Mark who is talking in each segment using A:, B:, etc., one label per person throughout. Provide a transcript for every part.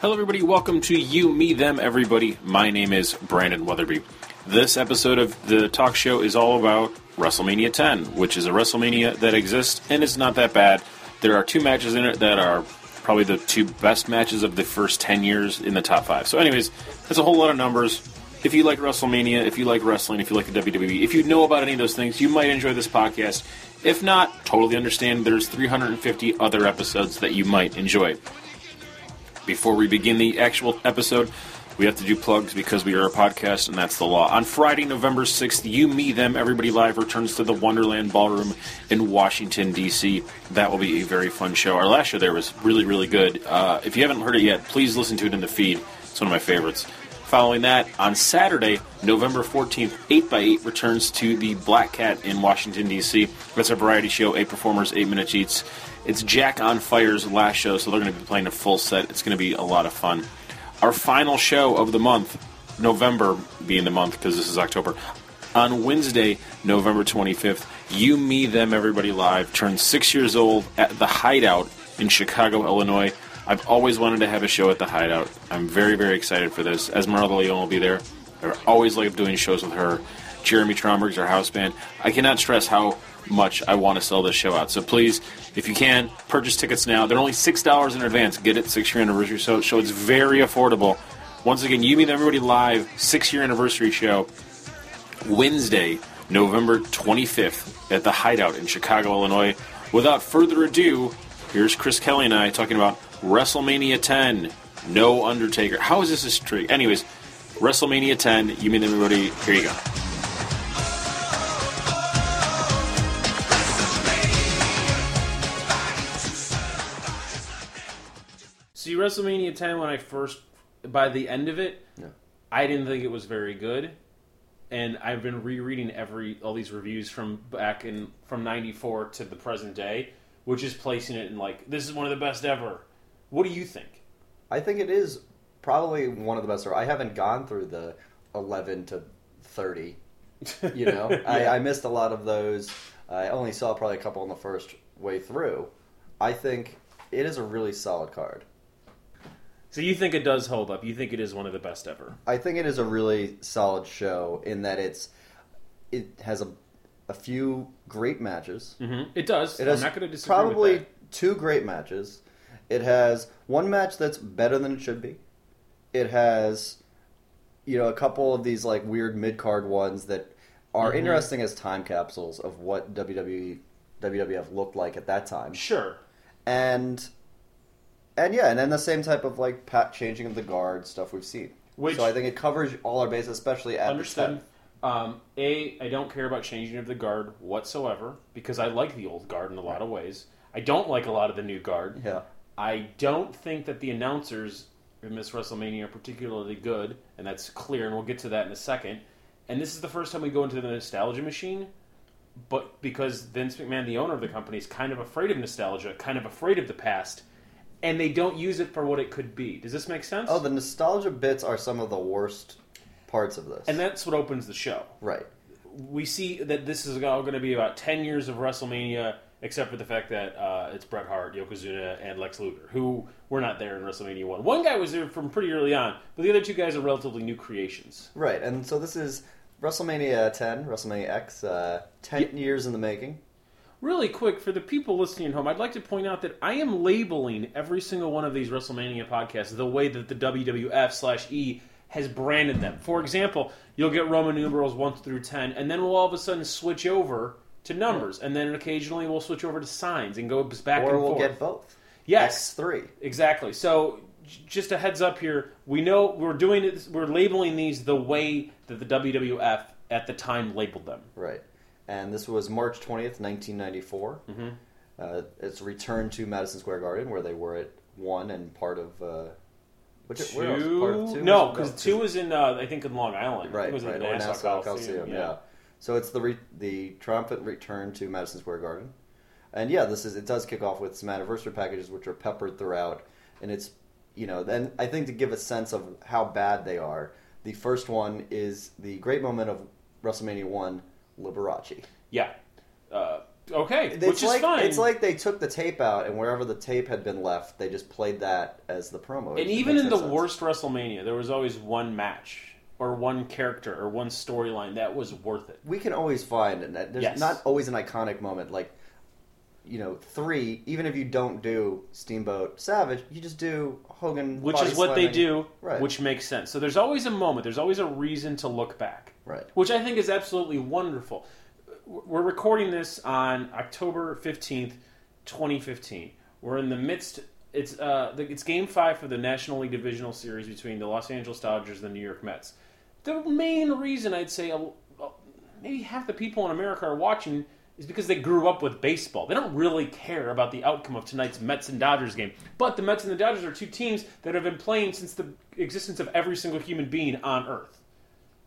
A: Hello, everybody. Welcome to You, Me, Them, Everybody. My name is Brandon Weatherby. This episode of the talk show is all about WrestleMania 10, which is a WrestleMania that exists and it's not that bad. There are two matches in it that are probably the two best matches of the first 10 years in the top five. So, anyways, that's a whole lot of numbers. If you like WrestleMania, if you like wrestling, if you like the WWE, if you know about any of those things, you might enjoy this podcast. If not, totally understand there's 350 other episodes that you might enjoy. Before we begin the actual episode, we have to do plugs because we are a podcast and that's the law. On Friday, November 6th, You, Me, Them, Everybody Live returns to the Wonderland Ballroom in Washington, D.C. That will be a very fun show. Our last show there was really, really good. Uh, if you haven't heard it yet, please listen to it in the feed. It's one of my favorites. Following that, on Saturday, November 14th, 8x8 returns to the Black Cat in Washington, D.C. That's a variety show, eight performers, eight minute sheets. It's Jack on Fire's last show, so they're going to be playing a full set. It's going to be a lot of fun. Our final show of the month, November being the month because this is October, on Wednesday, November 25th, You, Me, Them, Everybody Live turns six years old at the Hideout in Chicago, Illinois. I've always wanted to have a show at the Hideout. I'm very, very excited for this. Esmeralda Leon will be there. I always like doing shows with her. Jeremy Tromberg's our house band. I cannot stress how much I want to sell this show out. So please, if you can, purchase tickets now. They're only six dollars in advance. Get it six year anniversary show. So it's very affordable. Once again, you meet everybody live six year anniversary show. Wednesday, November 25th at the Hideout in Chicago, Illinois. Without further ado, here's Chris Kelly and I talking about WrestleMania 10, No Undertaker. How is this a streak? Anyways, WrestleMania 10, you mean everybody, here you go.
B: See, WrestleMania 10, when I first, by the end of it, I didn't think it was very good. And I've been rereading every all these reviews from back in from '94 to the present day, which is placing it in like this is one of the best ever. What do you think?
C: I think it is probably one of the best. I haven't gone through the 11 to 30. You know, I, I missed a lot of those. I only saw probably a couple in the first way through. I think it is a really solid card.
B: So you think it does hold up? You think it is one of the best ever?
C: I think it is a really solid show in that it's it has a a few great matches.
B: Mm-hmm. It does.
C: It has
B: I'm not going to disagree.
C: probably
B: with that.
C: two great matches. It has one match that's better than it should be. It has, you know, a couple of these like weird mid card ones that are
B: Mhm.
C: interesting as time capsules of what E, WWE, WWF looked like at that time,
B: sure.
C: and and yeah, and then the same type of like pat changing of the guard stuff we've seen.
B: Which-
C: so I think it covers all our bases, especially at the
B: Understood.
C: time.
B: Um, a, I don't care about changing of the guard whatsoever because I like the old guard in a lot of ways. I don't like a lot of the new guard.
C: Yeah,
B: I don't think that the announcers in this WrestleMania are particularly good, and that's clear, and we'll get to that in a second. And this is the first time we go into the nostalgia machine, but because Vince McMahon, the owner of the company, is kind of afraid of nostalgia, kind of afraid of the past, and they don't use it for what it could be. Does this make sense?
C: oh, the nostalgia bits are some of the worst parts of this.
B: and that's what opens the show.
C: right.
B: we see that this is all going to be about 10 years of WrestleMania, except for the fact that uh, it's Bret Hart, Yokozuna, and Lex Luger, who were not there in WrestleMania 1. One guy was there from pretty early on, but the other two guys are relatively new creations.
C: Right, and so this is WrestleMania 10, WrestleMania X, uh, 10 years in the making.
B: Really quick, for the people listening at home, I'd like to point out that I am labeling every single one of these WrestleMania podcasts the way that the WWF slash E has branded them. For example, you'll get Roman numerals 1 through 10, and then we'll all of a sudden switch over to numbers, and then occasionally we'll switch over to signs and go back
C: Or
B: and
C: we'll
B: forth.
C: get both.
B: Yes,
C: X3.
B: exactly. So, j- just a heads up here. We know we're doing it. We're labeling these the way that the WWF at the time labeled them.
C: Right. And this was March 20th, 1994. Mm-hmm. Uh, it's returned to Madison Square Garden, where they were at 1 and part of. Uh, which, where else? Part of 2?
B: No, because two is in uh, I think in Long Island.
C: Right,
B: it was
C: right.
B: in
C: or
B: Nassau,
C: Nassau
B: Coliseum.
C: Coliseum,
B: yeah.
C: yeah. So it's the re- the triumphant return to Madison Square Garden, and yeah, this is it does kick off with some anniversary packages which are peppered throughout, and it's you know then I think to give a sense of how bad they are, the first one is the great moment of WrestleMania one Liberace.
B: Yeah. Uh, Okay,
C: It's
B: which
C: like
B: is fine.
C: it's like they took the tape out and wherever the tape had been left, they just played that as the promo. It
B: and even
C: makes
B: in
C: no
B: the
C: sense.
B: worst WrestleMania, there was always one match or one character or one storyline that was worth it.
C: we can always find and that there's
B: Yes.
C: not always an iconic moment like you know three even if you don't do steamboat savage you just do hogan
B: Which
C: body
B: is what they
C: slamming.
B: do,
C: Right.
B: which makes sense. So there's always a moment, there's always a reason to look back.
C: right
B: which I think is absolutely wonderful. We're recording this on October 15th, 2015. We're in the midst it's uh the- it's game 5 for the National League Divisional Series between the Los Angeles Dodgers and the New York Mets. The main reason I'd say uh, maybe half the people in America are watching is because they grew up with baseball. They don't really care about the outcome of tonight's Mets and Dodgers game. But the Mets and the Dodgers are two teams that have been playing since the existence of every single human being on earth.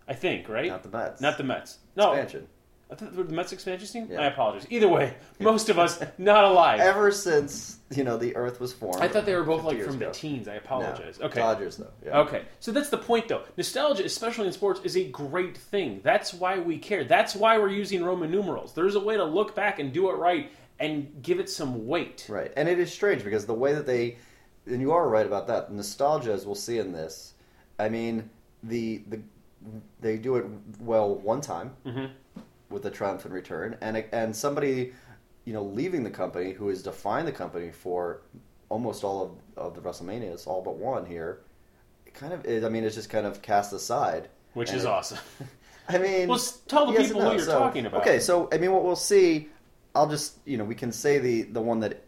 B: I think, right?
C: not the Mets.
B: Not the Mets. No,
C: expansion
B: I thought the Mets expansion team.
C: Yeah.
B: I apologize. Either way, most of us not alive.
C: ever since you know the earth was formed
B: I thought they were both
C: 50
B: like
C: years
B: from
C: ago.
B: the teens. I
C: No.
B: apologize. okay.
C: dodgers though yeah.
B: Okay. So that's the point, though. Nostalgia, especially in sports, is a great thing. That's why we care. That's why we're using Roman numerals. There's a way to look back and do it right and give it some weight.
C: Right, and it is strange because the way that they, and you are right about that. Nostalgia, as we'll see in this, I mean the the they do it well one time
B: Mm-hmm.
C: with a triumphant return, and and somebody you know leaving the company who has defined the company for almost all of, of the WrestleManias, all but one here, it kind of is. I mean, it's just kind of cast aside,
B: Which
C: and
B: is
C: it-
B: awesome.
C: I mean,
B: Well, s- tell the
C: yes and
B: people who
C: no.
B: you're
C: So,
B: talking about.
C: Okay, so I mean, what we'll see, I'll just you know we can say the the one that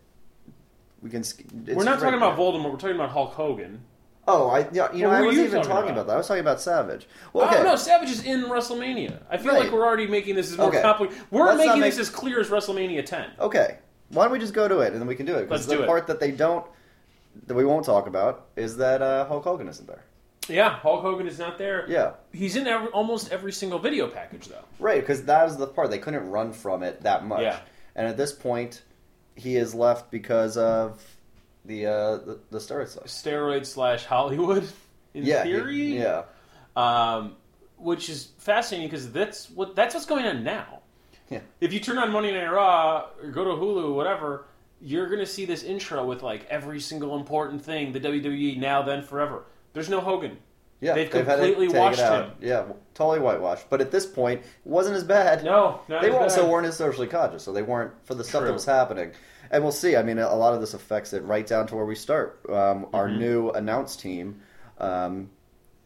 C: we can. sk- it's
B: we're not
C: right
B: talking about
C: now.
B: Voldemort. We're talking about Hulk Hogan.
C: Oh, I yeah, you know
B: Well,
C: I
B: who are
C: wasn't
B: you
C: even
B: talking
C: talking about?
B: about?
C: that. I was talking about Savage. Well, okay,
B: Oh no, Savage is in WrestleMania. I feel
C: Right.
B: like we're already making this as more
C: Okay.
B: complicated. We're
C: Let's not
B: making
C: make-
B: this as clear as WrestleMania 10.
C: okay. Why don't we just go to it and then we can do it?
B: Let's
C: Because the
B: do it.
C: part that they don't, that we won't talk about, is that uh, Hulk Hogan isn't there.
B: Yeah, Hulk Hogan is not there.
C: Yeah,
B: He's in every, almost every single video package though.
C: right. Because that is the part they couldn't run from it that much.
B: Yeah.
C: And at this point, he is left because of the uh, the, the steroid stuff.
B: Steroid slash Hollywood in
C: yeah, he-
B: theory.
C: yeah.
B: Um, which is fascinating because that's what that's what's going on now.
C: Yeah.
B: If you turn on Monday Night Raw or go to Hulu, whatever, you're gonna see this intro with like every single important thing, the WWE now, then, forever. There's no Hogan.
C: Yeah,
B: They've
C: had it
B: completely
C: taken
B: washed
C: out.
B: him.
C: Yeah, w- totally whitewashed. But at this point, it wasn't as bad.
B: No, not
C: they
B: as
C: also
B: bad.
C: weren't as socially conscious, so they weren't for the stuff
B: True.
C: that was happening. And we'll see. I mean, a lot of this affects it right down to where we start. Um, Our
B: Mm-hmm.
C: new announce team. Um,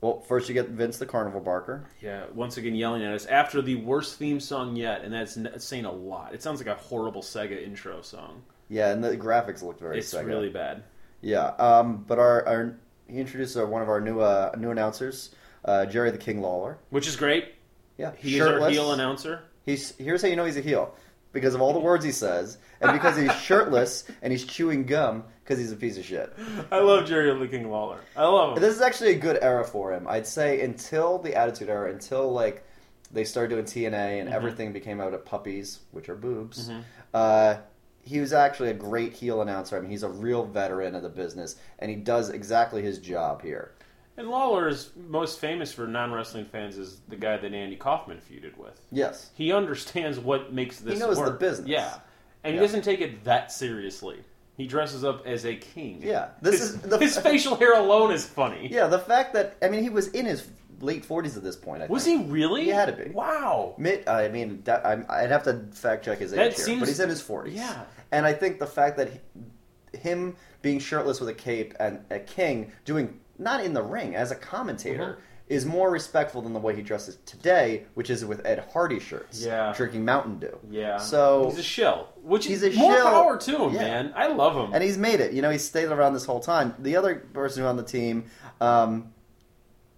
C: well, first you get Vince the Carnival Barker.
B: Yeah, once again yelling at us after the worst theme song yet, and that's n- saying a lot. It sounds like a horrible Sega intro song.
C: Yeah, and the graphics look very.
B: It's
C: Sega.
B: really bad.
C: Yeah, um, but our, our he introduced uh, one of our new uh, new announcers, uh, Jerry the King Lawler.
B: Which is great.
C: Yeah,
B: He is our
C: shirtless.
B: heel announcer.
C: He's here's how you know he's a heel because of all the words he says, and because he's shirtless and he's chewing gum because he's a piece of shit.
B: I love Jerry Licking Lawler. I love him.
C: This is actually a good era for him, I'd say, until the Attitude Era, until like they started doing TNA and
B: Mm-hmm.
C: everything became out of puppies, which are boobs. Uh, he was actually a great heel announcer. I mean, he's a real veteran of the business, and he does exactly his job here.
B: And Lawler is most famous for non wrestling fans is the guy that Andy Kaufman feuded with.
C: Yes,
B: He understands what makes this.
C: knows the
B: work.
C: business.
B: Yeah, and
C: Yeah.
B: he doesn't take it that seriously. He dresses up as a king.
C: Yeah. This
B: His-
C: is the-
B: his facial hair alone is funny.
C: yeah. The fact that I mean, he was in his late forties at this point. I
B: Was
C: think.
B: he really?
C: He had to be.
B: Wow.
C: Mid, I mean, that, I'm, I'd have to fact check his age
B: That
C: here,
B: seems-
C: but he's in his forties.
B: Yeah.
C: and I think the fact that he, him being shirtless with a cape and a king doing not in the ring as a commentator
B: Mhm.
C: is more respectful than the way he dresses today, which is with Ed Hardy shirts.
B: Yeah.
C: drinking Mountain Dew.
B: Yeah.
C: So-
B: he's a shell. Which
C: He's
B: is
C: a
B: more
C: shill.
B: power to him,
C: Yeah.
B: man. I love him.
C: And he's made it. You know, he's stayed around this whole time. The other person on the team um,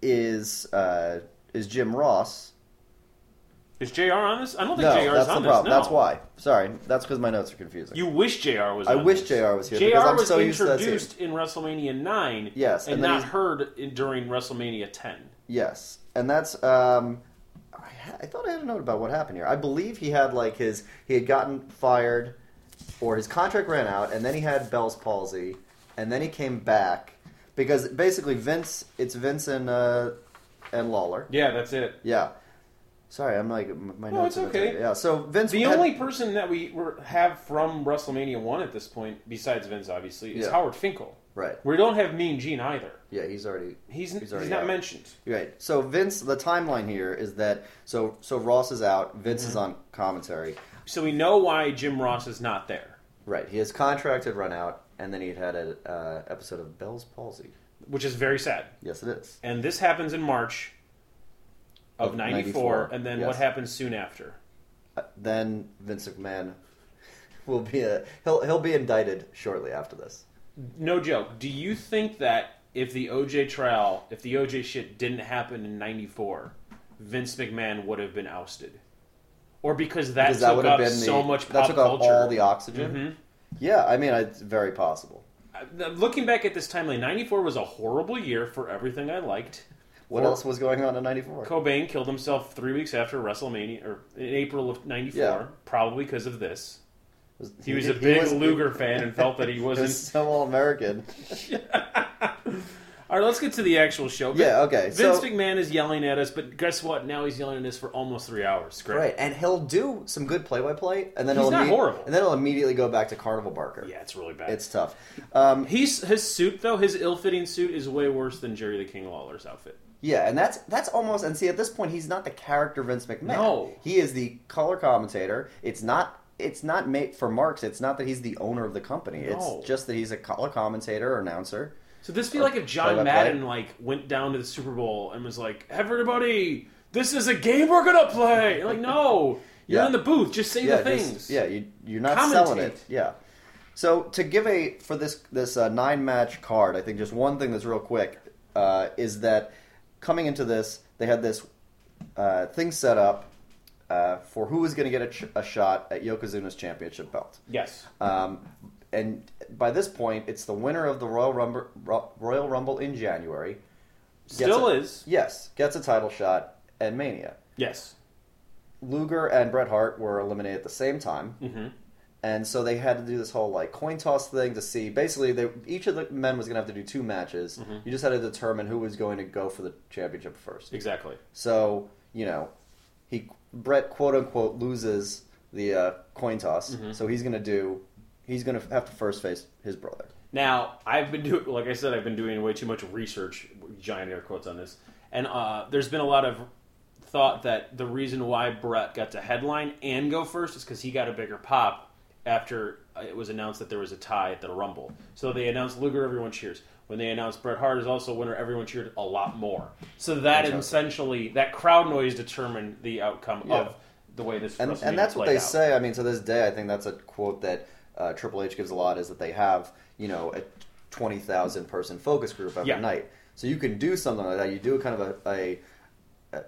C: is uh, is Jim Ross.
B: is Jr. on this? I don't think
C: No,
B: Jr.
C: that's
B: is on
C: the problem.
B: this. No.
C: That's why. Sorry, that's because my notes are confusing.
B: You wish JR was
C: I
B: on
C: wish
B: this.
C: JR was here
B: JR
C: because I'm
B: was
C: so used to that
B: introduced in WrestMania 9
C: Yes,
B: and,
C: and then
B: not
C: he's-
B: heard in, during WrestMania 10.
C: Yes, and that's. Um, I, ha- I thought I had a note about what happened here. I believe he had like his he had gotten fired, or his contract ran out, and then he had Bell's palsy, and then he came back because basically Vince, it's Vince and uh, and Lawler.
B: Yeah, that's it.
C: Yeah. Sorry, I'm like m- my
B: No,
C: notes.
B: it's
C: are
B: okay.
C: Yeah. So Vince.
B: The
C: had-
B: only person that we were, have from WrestleMania 1 at this point, besides Vince, obviously, is
C: Yeah.
B: Howard Finkel.
C: Right.
B: We don't have Mean Gene either.
C: Yeah, he's already
B: He's,
C: He's
B: he's,
C: already
B: not
C: out.
B: mentioned.
C: Right. So Vince, the timeline here is that so so Ross is out. Vince
B: Mm-hmm.
C: is on commentary.
B: So we know why Jim Ross is not there,
C: Right. His contract had run out, and then he had had an uh, episode of Bell's palsy.
B: which is very sad.
C: Yes, it is.
B: And this happens in March of
C: Of
B: 94,
C: 94,
B: and then
C: yes.
B: what happens soon after?
C: Uh, then Vince McMahon will be a he'll he'll be indicted shortly after this.
B: No joke. Do you think that if the OJ trial, if the OJ shit didn't happen in 94, Vince McMahon would have been ousted? Or because that
C: Because that
B: took
C: would
B: up
C: have been the,
B: so much
C: that
B: pop
C: took up
B: culture. Mm-hmm.
C: all the oxygen. Yeah, I mean it's very possible.
B: Uh, Looking back at this timeline, 94 was a horrible year for everything I liked.
C: What
B: Or-
C: else was going on in '94?
B: Cobain killed himself three weeks after WrestleMania, or in April of 94,
C: Yeah.
B: probably because of this.
C: Was-
B: He was a big
C: was-
B: Luger fan and felt that he
C: he
B: wasn't.
C: was so all American.
B: All right, let's get to the actual show.
C: Yeah, okay,
B: Vince
C: so-
B: McMahon is yelling at us, but guess what? Now he's yelling at us for almost three hours. Great.
C: Right, and he'll do some good play-by-play, and then
B: He's
C: he'll
B: not
C: imme-
B: horrible.
C: and then he'll immediately go back to Carnival Barker.
B: Yeah, it's really bad.
C: It's tough. Um,
B: He's his suit though. His ill-fitting suit is way worse than Jerry the King Lawler's outfit.
C: yeah, and that's that's almost and see at this point he's not the character Vince McMahon.
B: No.
C: he is the color commentator. It's not it's not made for marks. It's not that he's the owner of the company.
B: No.
C: It's just that he's a color commentator or announcer.
B: So this
C: Oh,
B: feel like if
C: Play by
B: John
C: play.
B: Madden like went down to the Super Bowl and was like, "Everybody, this is a game we're gonna play." You're like, no, you're
C: Yeah.
B: in the booth. Just say
C: yeah,
B: the
C: just-
B: things.
C: yeah, you, you're not selling
B: Commentate.
C: it. Yeah. So to give a for this this uh, nine match card, I think just one thing that's real quick uh, is that coming into this, they had this uh, thing set up uh, for who was going to get a, ch- a shot at Yokozuna's championship belt.
B: Yes.
C: Um, and by this point, it's the winner of the Royal Rumble, Ro- Royal Rumble in January. gets
B: Still
C: a-
B: is.
C: Yes, gets a title shot at Mania.
B: Yes.
C: Luger and Bret Hart were eliminated at the same time.
B: Mhm.
C: And so they had to do this whole like coin toss thing to see. Basically, they, each of the men was going to have to do two matches. You just had to determine who was going to go for the championship first.
B: Exactly.
C: So you know, he Bret quote unquote loses the uh, coin toss. So he's going to do. He's going to have to first face his brother.
B: Now, I've been doing, like I said, I've been doing way too much research, giant air quotes on this, and uh, there's been a lot of thought that the reason why Brett got to headline and go first is because he got a bigger pop after uh, it was announced that there was a tie at the Rumble. So they announced Luger, everyone cheers. When they announced Bret Hart is also a winner, everyone cheered a lot more. So that
C: Exactly.
B: essentially, that crowd noise determined the outcome
C: Yeah.
B: of the way this
C: and,
B: WrestleMania
C: and that's what
B: played
C: they
B: out.
C: say. I mean, to this day, I think that's a quote that uh, Triple H gives a lot is that they have you know a twenty thousand person focus group every
B: Yeah.
C: night, so you can do something like that. You do kind of a, a,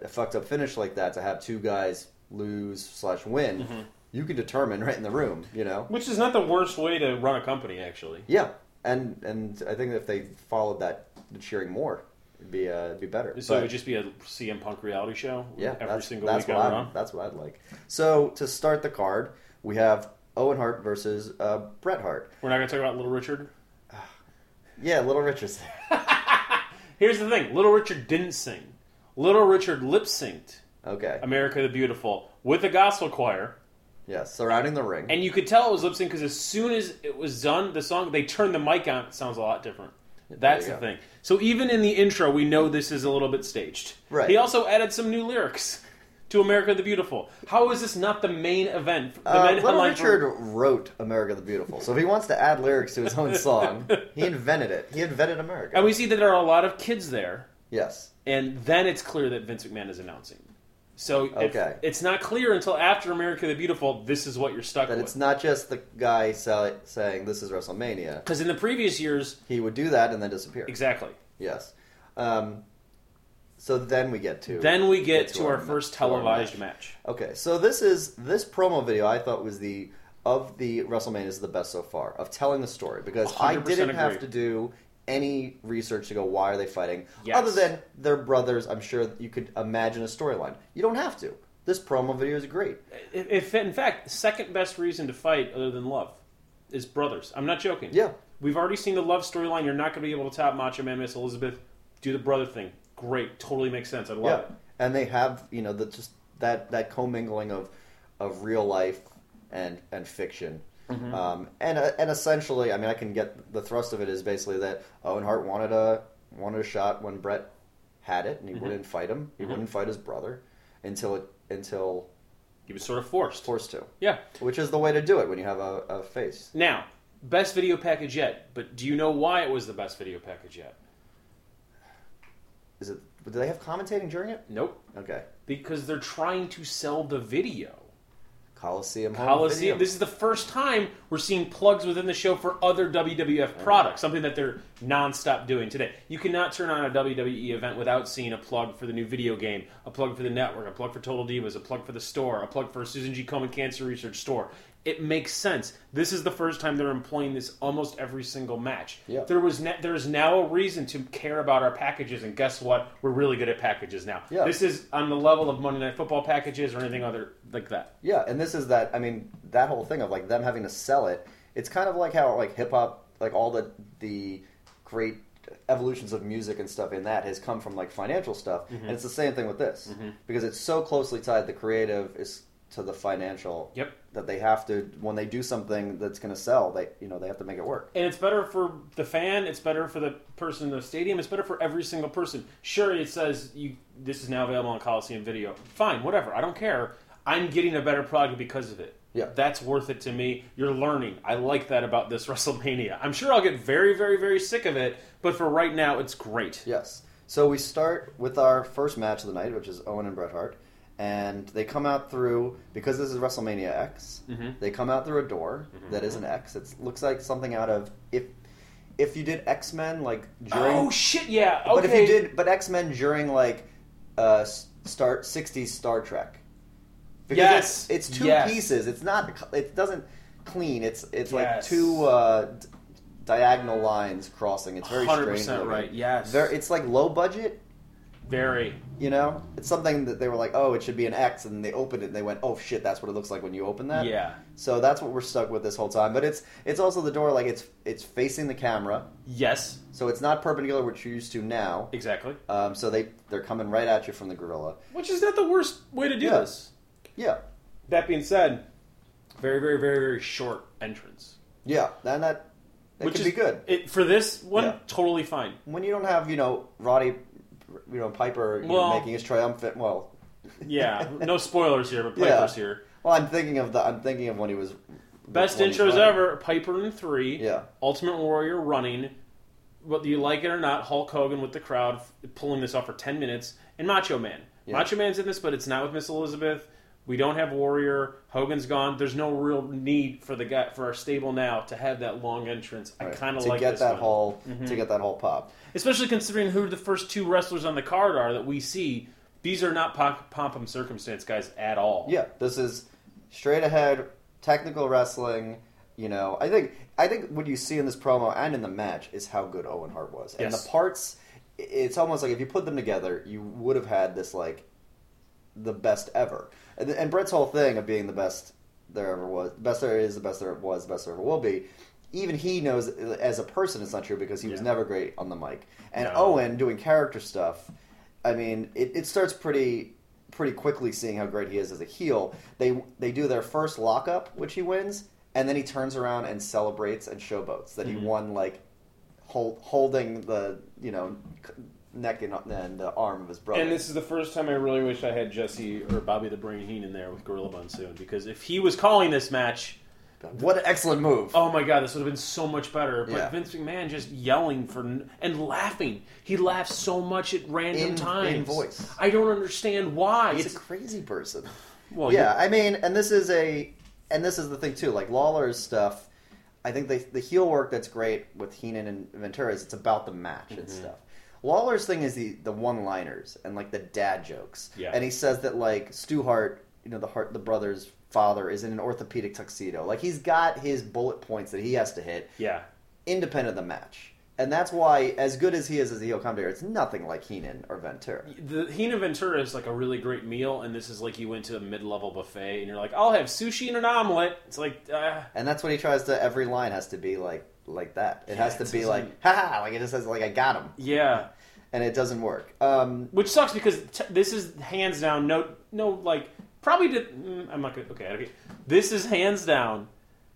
C: a fucked up finish like that to have two guys lose slash win.
B: Mm-hmm.
C: You can determine right in the room, you know.
B: Which is not the worst way to run a company, actually.
C: Yeah, and and I think if they followed that cheering more, it'd be uh, it'd be better.
B: So
C: But-
B: it would just be a CM Punk reality show.
C: Yeah,
B: every
C: that's,
B: single
C: that's
B: week
C: what
B: on
C: I'd,
B: Raw.
C: That's what I'd like. So to start the card, we have Owen Hart versus uh, Bret Hart.
B: We're not going to talk about Little Richard.
C: Yeah, Little Richard's
B: Here's the thing: Little Richard didn't sing. Little Richard lip synced
C: okay.
B: "America the Beautiful" with a gospel choir,
C: Yeah, surrounding the ring.
B: and you could tell it was lip synced because as soon as it was done, the song they turned the mic on. It sounds a lot different. That's
C: you
B: the
C: go.
B: thing. So even in the intro, we know this is a little bit staged.
C: Right.
B: He also added some new lyrics to "America the Beautiful." How is this not the main event? The
C: Uh,
B: main
C: Little
B: headline for-
C: Richard wrote "America the Beautiful," so if he wants to add lyrics to his own song, he invented it. He invented America.
B: and we see that there are a lot of kids there.
C: yes,
B: and then it's clear that Vince McMahon is announcing. So it-
C: Okay.
B: it's not clear until after America the Beautiful. This is what you're stuck
C: that it's
B: with.
C: not just the guy sell- saying "This is WrestleMania."
B: Because in the previous years,
C: He would do that and then disappear.
B: exactly.
C: Yes. Um, so then we get to
B: Then we get
C: It's
B: to our
C: our ma-
B: first
C: to our
B: televised match.
C: Okay, so this is this promo video I thought was the of the WrestleMania is the best so far of telling the story because I
B: 100%
C: didn't have to
B: agree.
C: do any research to go why are they fighting
B: Yes.
C: other than they're brothers. I'm sure you could imagine a storyline. You don't have to. This promo video is great.
B: If, if in fact, the second best reason to fight other than love is brothers. I'm not joking.
C: Yeah.
B: We've already seen the love storyline. You're not going to be able to top Macho Man Miss Elizabeth. Do the brother thing. Great. Totally makes sense. I love
C: yeah, and they have you know the just that that commingling of of real life and and fiction.
B: Mm-hmm.
C: Um, and uh, and essentially, I mean, I can get the thrust of it is basically that Owen Hart wanted a wanted a shot when Brett had it, and
B: Mm-hmm.
C: he wouldn't fight him. He wouldn't fight his brother until it until
B: He was sort of forced.
C: forced to,
B: Yeah.
C: which is the way to do it when you have a, a face.
B: Now, best video package yet. But do you know why it was the best video package yet?
C: Is it? Do they have commentating during it?
B: Nope.
C: Okay,
B: Because they're trying to sell the video.
C: Coliseum. Home Video.
B: Coliseum. This is the first time we're seeing plugs within the show for other WWF products, something that they're nonstop doing today. You cannot turn on a WWE event without seeing a plug for the new video game, a plug for the network, a plug for Total Divas, a plug for the store, a plug for Susan G. Komen Cancer Research Store. It makes sense. This is the first time they're employing this almost every single match.
C: Yeah.
B: There was ne- there is now a reason to care about our packages, and guess what? We're really good at packages now.
C: Yeah.
B: This is on the level of Monday Night Football packages or anything other like that.
C: Yeah, and this is that. I mean, that whole thing of like them having to sell it. It's kind of like how like hip hop, like all the the great evolutions of music and stuff in that has come from like financial stuff, and it's the same thing with this because it's so closely tied. The creative is to the financial.
B: Yep.
C: That they have to when they do something that's going to sell, they you know they have to make it work.
B: and it's better for the fan. It's better for the person in the stadium. It's better for every single person. Sure, it says you this is now available on Coliseum Video. Fine, whatever. I don't care. I'm getting a better product because of it.
C: Yeah.
B: that's worth it to me. You're learning. I like that about this WrestleMania. I'm sure I'll get very, very, very sick of it, but for right now, it's great.
C: Yes. So we start with our first match of the night, which is Owen and Bret Hart. And they come out through, because this is WrestleMania X,
B: Mm-hmm.
C: they come out through a door that is an X. It looks like something out of, if if you did X Men, like during.
B: Oh shit! Yeah. Okay.
C: But if you did, but X Men during, like, uh, s- Star, 60s Star Trek.
B: Yes.
C: It's, it's two
B: Yes.
C: pieces. It's not, cl- it doesn't clean. It's it's like
B: Yes.
C: two uh, d- diagonal lines crossing. It's very
B: hundred
C: strange.
B: percent
C: looking.
B: right. Yes.
C: Very, it's like low budget,
B: very.
C: you know, it's something that they were like, oh, it should be an X, and they opened it and they went, oh shit, that's what it looks like when you open that.
B: Yeah.
C: So that's what we're stuck with this whole time. But it's it's also the door like it's it's facing the camera,
B: Yes.
C: so it's not perpendicular, which you're used to now.
B: Exactly.
C: Um, so they they're coming right at you from the gorilla.
B: Which is not the worst way to do
C: Yeah.
B: this.
C: Yeah,
B: That being said, very, very, very, very short entrance.
C: yeah, and that that could be good
B: It, for this one,
C: Yeah.
B: totally fine.
C: when you don't have you know Roddy, you know Piper you know,
B: Well-
C: making his triumphant. Well,
B: Yeah, no spoilers here, but
C: Yeah.
B: Piper's here.
C: well, I'm thinking of the I'm thinking of when he was
B: Best
C: when he's
B: intros
C: running.
B: ever. Piper in three.
C: Yeah.
B: Ultimate Warrior running. Whether you like it or not, Hulk Hogan with the crowd f- pulling this off for ten minutes, and Macho Man.
C: Yeah.
B: Macho Man's in this, but it's not with Miss Elizabeth. We don't have Warrior. Hogan's gone. There's no real need for the guy for our stable now to have that long entrance. I
C: Right.
B: kind of
C: to
B: like
C: get
B: this
C: that
B: one. Mm-hmm.
C: whole to get that whole pop.
B: especially considering who the first two wrestlers on the card are that we see. These are not pomp, pomp and circumstance guys at all.
C: Yeah, this is straight ahead technical wrestling. You know, I think I think what you see in this promo and in the match is how good Owen Hart was, and
B: Yes.
C: the parts. i- It's almost like if you put them together, you would have had this like the best ever. And, and Brett's whole thing of being the best there ever was, the best there is, the best there was, the best there ever will be. Even he knows as a person it's not true because he was
B: Yeah.
C: never great on the mic. And
B: No.
C: Owen doing character stuff, I mean, it, it starts pretty pretty quickly seeing how great he is as a heel. They they do their first lockup, which he wins, and then he turns around and celebrates and showboats that
B: Mm-hmm.
C: he won like hold, holding the you know c- neck and, and the arm of his brother.
B: And this is the first time I really wish I had Jesse or Bobby the Brain Heenan there with Gorilla Monsoon because if he was calling this match,
C: what an excellent move!
B: oh my god, this would have been so much better. But
C: Yeah.
B: Vince McMahon just yelling for n- and laughing. He laughs so much at random
C: In-
B: times.
C: in voice.
B: I don't understand why.
C: He's
B: It's- Oh,
C: a crazy person.
B: well,
C: yeah, I mean, and this is a, and this is the thing too. Like Lawler's stuff, I think they, the heel work that's great with Heenan and Ventura is it's about the match
B: Mm-hmm.
C: and stuff. Lawler's thing is the the one liners and like the dad jokes.
B: Yeah.
C: and he says that like Stu Hart, you know, the Hart the brothers. Father is in an orthopedic tuxedo. Like he's got his bullet points that he has to hit
B: yeah.
C: independent of the match, and that's why, as good as he is as a heel commentator, it's nothing like Heenan or Ventura.
B: The Hina Ventura is like a really great meal, and this is like you went to a mid-level buffet and you're like, I'll have sushi and an omelet. It's like, uh,
C: And that's what he tries to. Every line has to be like like that. It has
B: Yeah,
C: to
B: it's
C: be
B: just
C: like
B: like-
C: ha ha. Like it just says like I got him.
B: yeah.
C: and it doesn't work. Um,
B: which sucks because t- this is hands down no no like probably did mm, I'm not gonna okay, okay this is hands down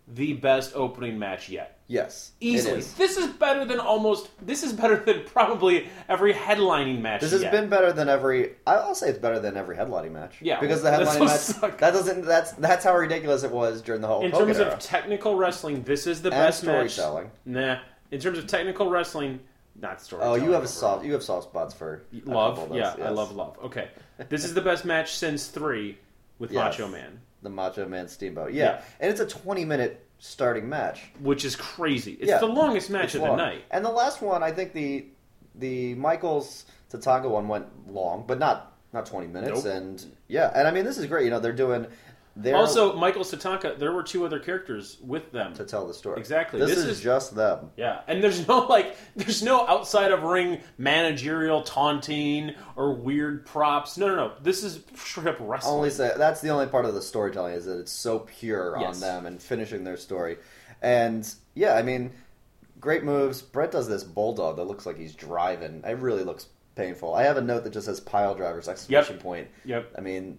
B: the best opening match yet
C: yes, it
B: easily
C: is.
B: this is better than almost this is better than probably every headlining match
C: This has
B: yet.
C: been better than every. I'll say it's better than every headlining match.
B: Yeah,
C: because the
B: well,
C: headlining match
B: that's what sucks.
C: that doesn't. That's that's how ridiculous it was during the whole
B: in terms of technical wrestling this is the
C: And
B: best
C: storytelling.
B: match nah in terms of technical wrestling not
C: Oh,
B: storytelling
C: you have a
B: overall.
C: soft. You have soft spots for a couple of
B: love
C: those,
B: yeah I
C: yes.
B: love love okay this is the best match since three with
C: Yes.
B: Macho Man
C: the Macho Man Steamboat. Yeah,
B: Yeah.
C: and it's a twenty-minute starting match.
B: which is crazy it's
C: Yeah.
B: the longest match
C: It's
B: of
C: long.
B: the night
C: And the last one, I think the the Michaels Tatanka one went long, but not not twenty minutes.
B: Nope.
C: And yeah, and I mean this is great. You know, they're doing their
B: Also, Michael Satanka, there were two other characters with them.
C: to tell the story.
B: Exactly.
C: This,
B: This
C: is,
B: is-
C: just them.
B: Yeah, and there's no like, there's no outside of ring managerial taunting or weird props. No, no, no. This is straight up wrestling.
C: Only say that's the only part of the storytelling is that it's so pure on
B: Yes.
C: them and finishing their story. And yeah, I mean, great moves. Brett does this bulldog that looks like he's driving. It really looks painful. I have a note that just says pile drivers exclamation point.
B: Yep.
C: I mean,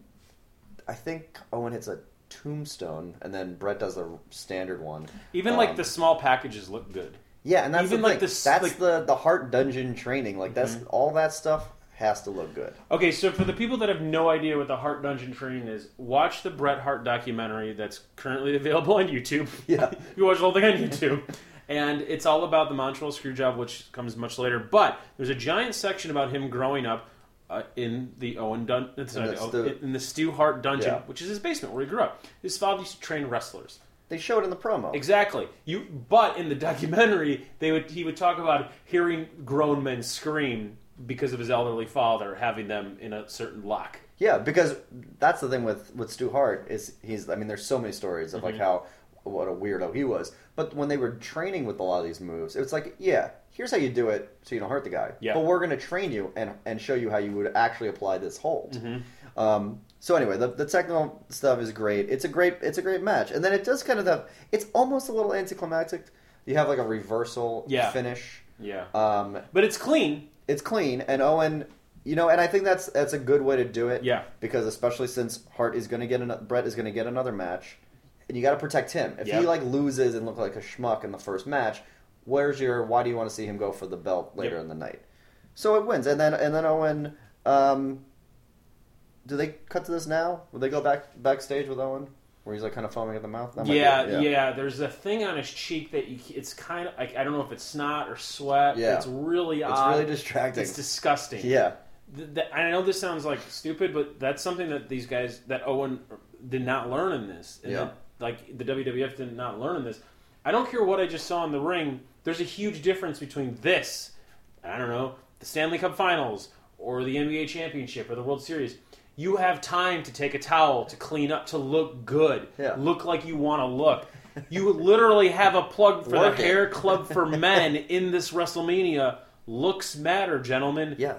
C: I think Owen hits a tombstone, and then Brett does the standard one.
B: Even
C: Um,
B: like the small packages look good.
C: yeah, and that's
B: even,
C: the
B: like,
C: thing.
B: this,
C: that's
B: like- Mm-hmm.
C: the the heart dungeon training. Like that's all that stuff has to look good.
B: Okay, so for the people that have no idea what the Heart Dungeon training is, watch the Bret Hart documentary that's currently available on YouTube.
C: Yeah.
B: you watch the whole thing on YouTube. And it's all about the Montreal Screwjob, which comes much later. But there's a giant section about him growing up uh, in the Owen Dun- in,
C: the Stu-
B: in the Stu Hart dungeon,
C: Yeah.
B: which is his basement where he grew up. His father used to train wrestlers.
C: They show it in the promo.
B: Exactly. You, but in the documentary, they would he would talk about hearing grown men scream because of his elderly father having them in a certain lock.
C: Yeah, because that's the thing with with Stu Hart is he's. I mean, there's so many stories of like
B: Mhm.
C: how what a weirdo he was. But when they were training with a lot of these moves, it was like, yeah, here's how you do it so you don't hurt the guy.
B: Yeah.
C: But we're going to train you and and show you how you would actually apply this hold.
B: Mm-hmm.
C: Um, so anyway, the, the technical stuff is great. It's a great it's a great match, and then it does kind of have. It's almost a little anticlimactic. You have like a reversal
B: Yeah.
C: finish.
B: Yeah.
C: Um,
B: but it's clean.
C: it's clean and Owen you know and I think that's that's a good way to do it
B: Yeah.
C: because especially since Hart is going to get another Brett is going to get another match and you got to protect him if
B: Yep.
C: he like loses and look like a schmuck in the first match where's your why do you want to see him go for the belt later
B: Yep.
C: in the night so it wins and then and then Owen um do they cut to this now will they go back backstage with Owen where he's like kind of foaming at the mouth That might be
B: Yeah,
C: it.
B: yeah, There's a thing on his cheek that you, it's kind of like I don't know if it's snot or sweat.
C: Yeah.
B: It's really
C: it's
B: odd.
C: really distracting
B: uh, It's disgusting.
C: yeah
B: Th- th- I know this sounds like stupid, but that's something that these guys that Owen did not learn in this. And
C: Yeah.
B: that, like the WWF did not learn in this. I don't care what I just saw in the ring. There's a huge difference between this, I don't know, the Stanley Cup Finals or the NBA Championship or the World Series. You have time to take a towel to clean up to look good,
C: Yeah.
B: look like you want to look. You literally have a plug for
C: Work
B: the
C: it.
B: hair club for men in this WrestleMania. Looks matter, gentlemen.
C: Yeah,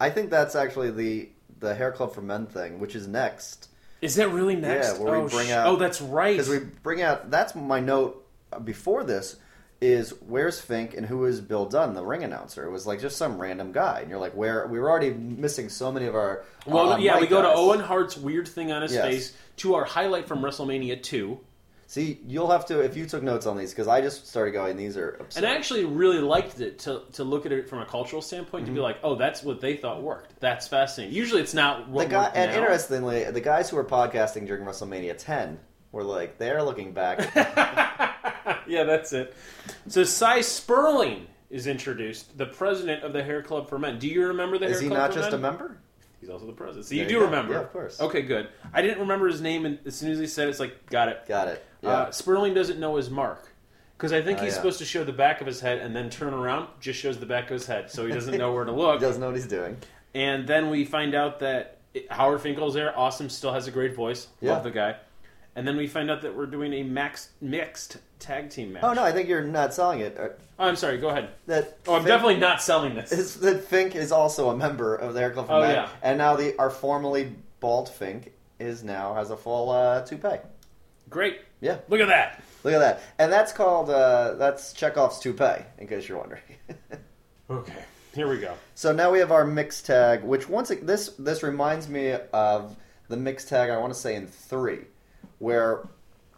C: I think that's actually the the hair club for men thing, which is next
B: Is that really next?
C: where we
B: oh,
C: bring
B: sh-
C: out-
B: Oh, that's right.
C: because we bring out. That's my note before this is where's Fink and who is Bill Dunn, the ring announcer. It was like just some random guy, and you're like, where we were already missing so many of our.
B: well,
C: uh,
B: yeah,
C: mic
B: we go to
C: guys.
B: Owen Hart's weird thing on his
C: Yes.
B: face to our highlight from WrestleMania 2.
C: See, you'll have to if you took notes on these because I just started going. These are absurd.
B: And I actually really liked it to, to look at it from a cultural standpoint
C: Mhm.
B: to be like, oh, that's what they thought worked. That's fascinating. Usually it's not
C: the
B: what
C: guy,
B: worked
C: and
B: now.
C: interestingly, the guys who were podcasting during WrestleMania 10 were like, they're looking back.
B: Yeah, that's it. So Cy Sperling is introduced, the president of the Hair Club for Men. Do you remember the
C: is
B: Hair
C: he
B: Club
C: not
B: for
C: just
B: Men?
C: a member?
B: He's also the president. So you
C: There
B: do
C: you go.
B: remember.
C: Yeah, of course.
B: Okay, good. I didn't remember his name, and as soon as he said it, it's like, got it.
C: Got it. Yeah.
B: Uh, Sperling doesn't know his mark because I think
C: Oh,
B: he's
C: yeah.
B: supposed to show the back of his head and then turn around, just shows the back of his head, so he doesn't know where to
C: he
B: look.
C: doesn't know what he's doing.
B: And then we find out that it- Howard Finkel's there. Awesome, still has a great voice.
C: Yeah.
B: Love the guy. And then we find out that we're doing a max mixed tag team match.
C: Oh no, I think you're not selling it. Uh,
B: Oh, I'm sorry. Go ahead.
C: That
B: Oh, I'm
C: Fink-
B: definitely not selling this.
C: is, that Fink is also a member of the Hair Club. for
B: Oh,
C: Men,
B: yeah.
C: and now the our formerly bald Fink is now has a full uh, toupee.
B: Great.
C: Yeah,
B: Look at that.
C: look at that, and that's called uh, that's Chekhov's toupee. In case you're wondering,
B: Okay. Here we go.
C: So now we have our mix tag, which once ag- this this reminds me of the mix tag I want to say in three, where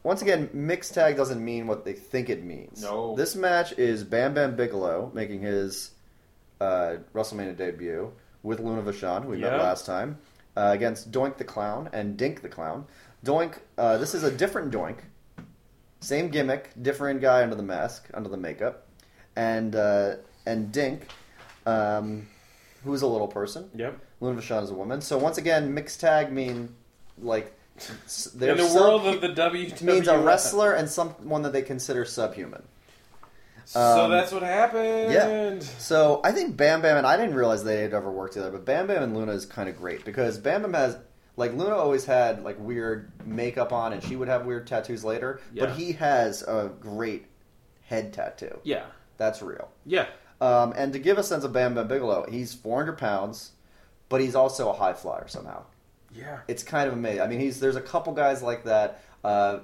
C: once again mix tag doesn't mean what they think it means.
B: No.
C: this match is Bam Bam Bigelow making his uh, WrestleMania debut with Luna Vachon, who we met
B: Yeah.
C: last time, uh, against Doink the Clown and Dink the Clown. Doink, uh, this is a different Doink, same gimmick, different guy under the mask, under the makeup, and uh, and Dink, um, who's a little person.
B: Yep.
C: Luna Vachon is a woman. So once again, mixed tag mean like s-
B: In
C: there's
B: the
C: some-
B: world of the E WWE,
C: means a wrestler and someone that they consider subhuman.
B: So
C: um,
B: that's what happened.
C: So I think Bam Bam and I didn't realize they had ever worked together, but Bam Bam and Luna is kind of great because Bam Bam has like Luna always had like weird makeup on, and she would have weird tattoos later.
B: Yeah.
C: But he has a great head tattoo.
B: Yeah.
C: That's real.
B: Yeah.
C: Um, and to give a sense of Bam Bam Bigelow, he's 400 pounds, but he's also a high flyer somehow.
B: Yeah.
C: It's kind of amazing. I mean, he's there's a couple guys like that. Uh,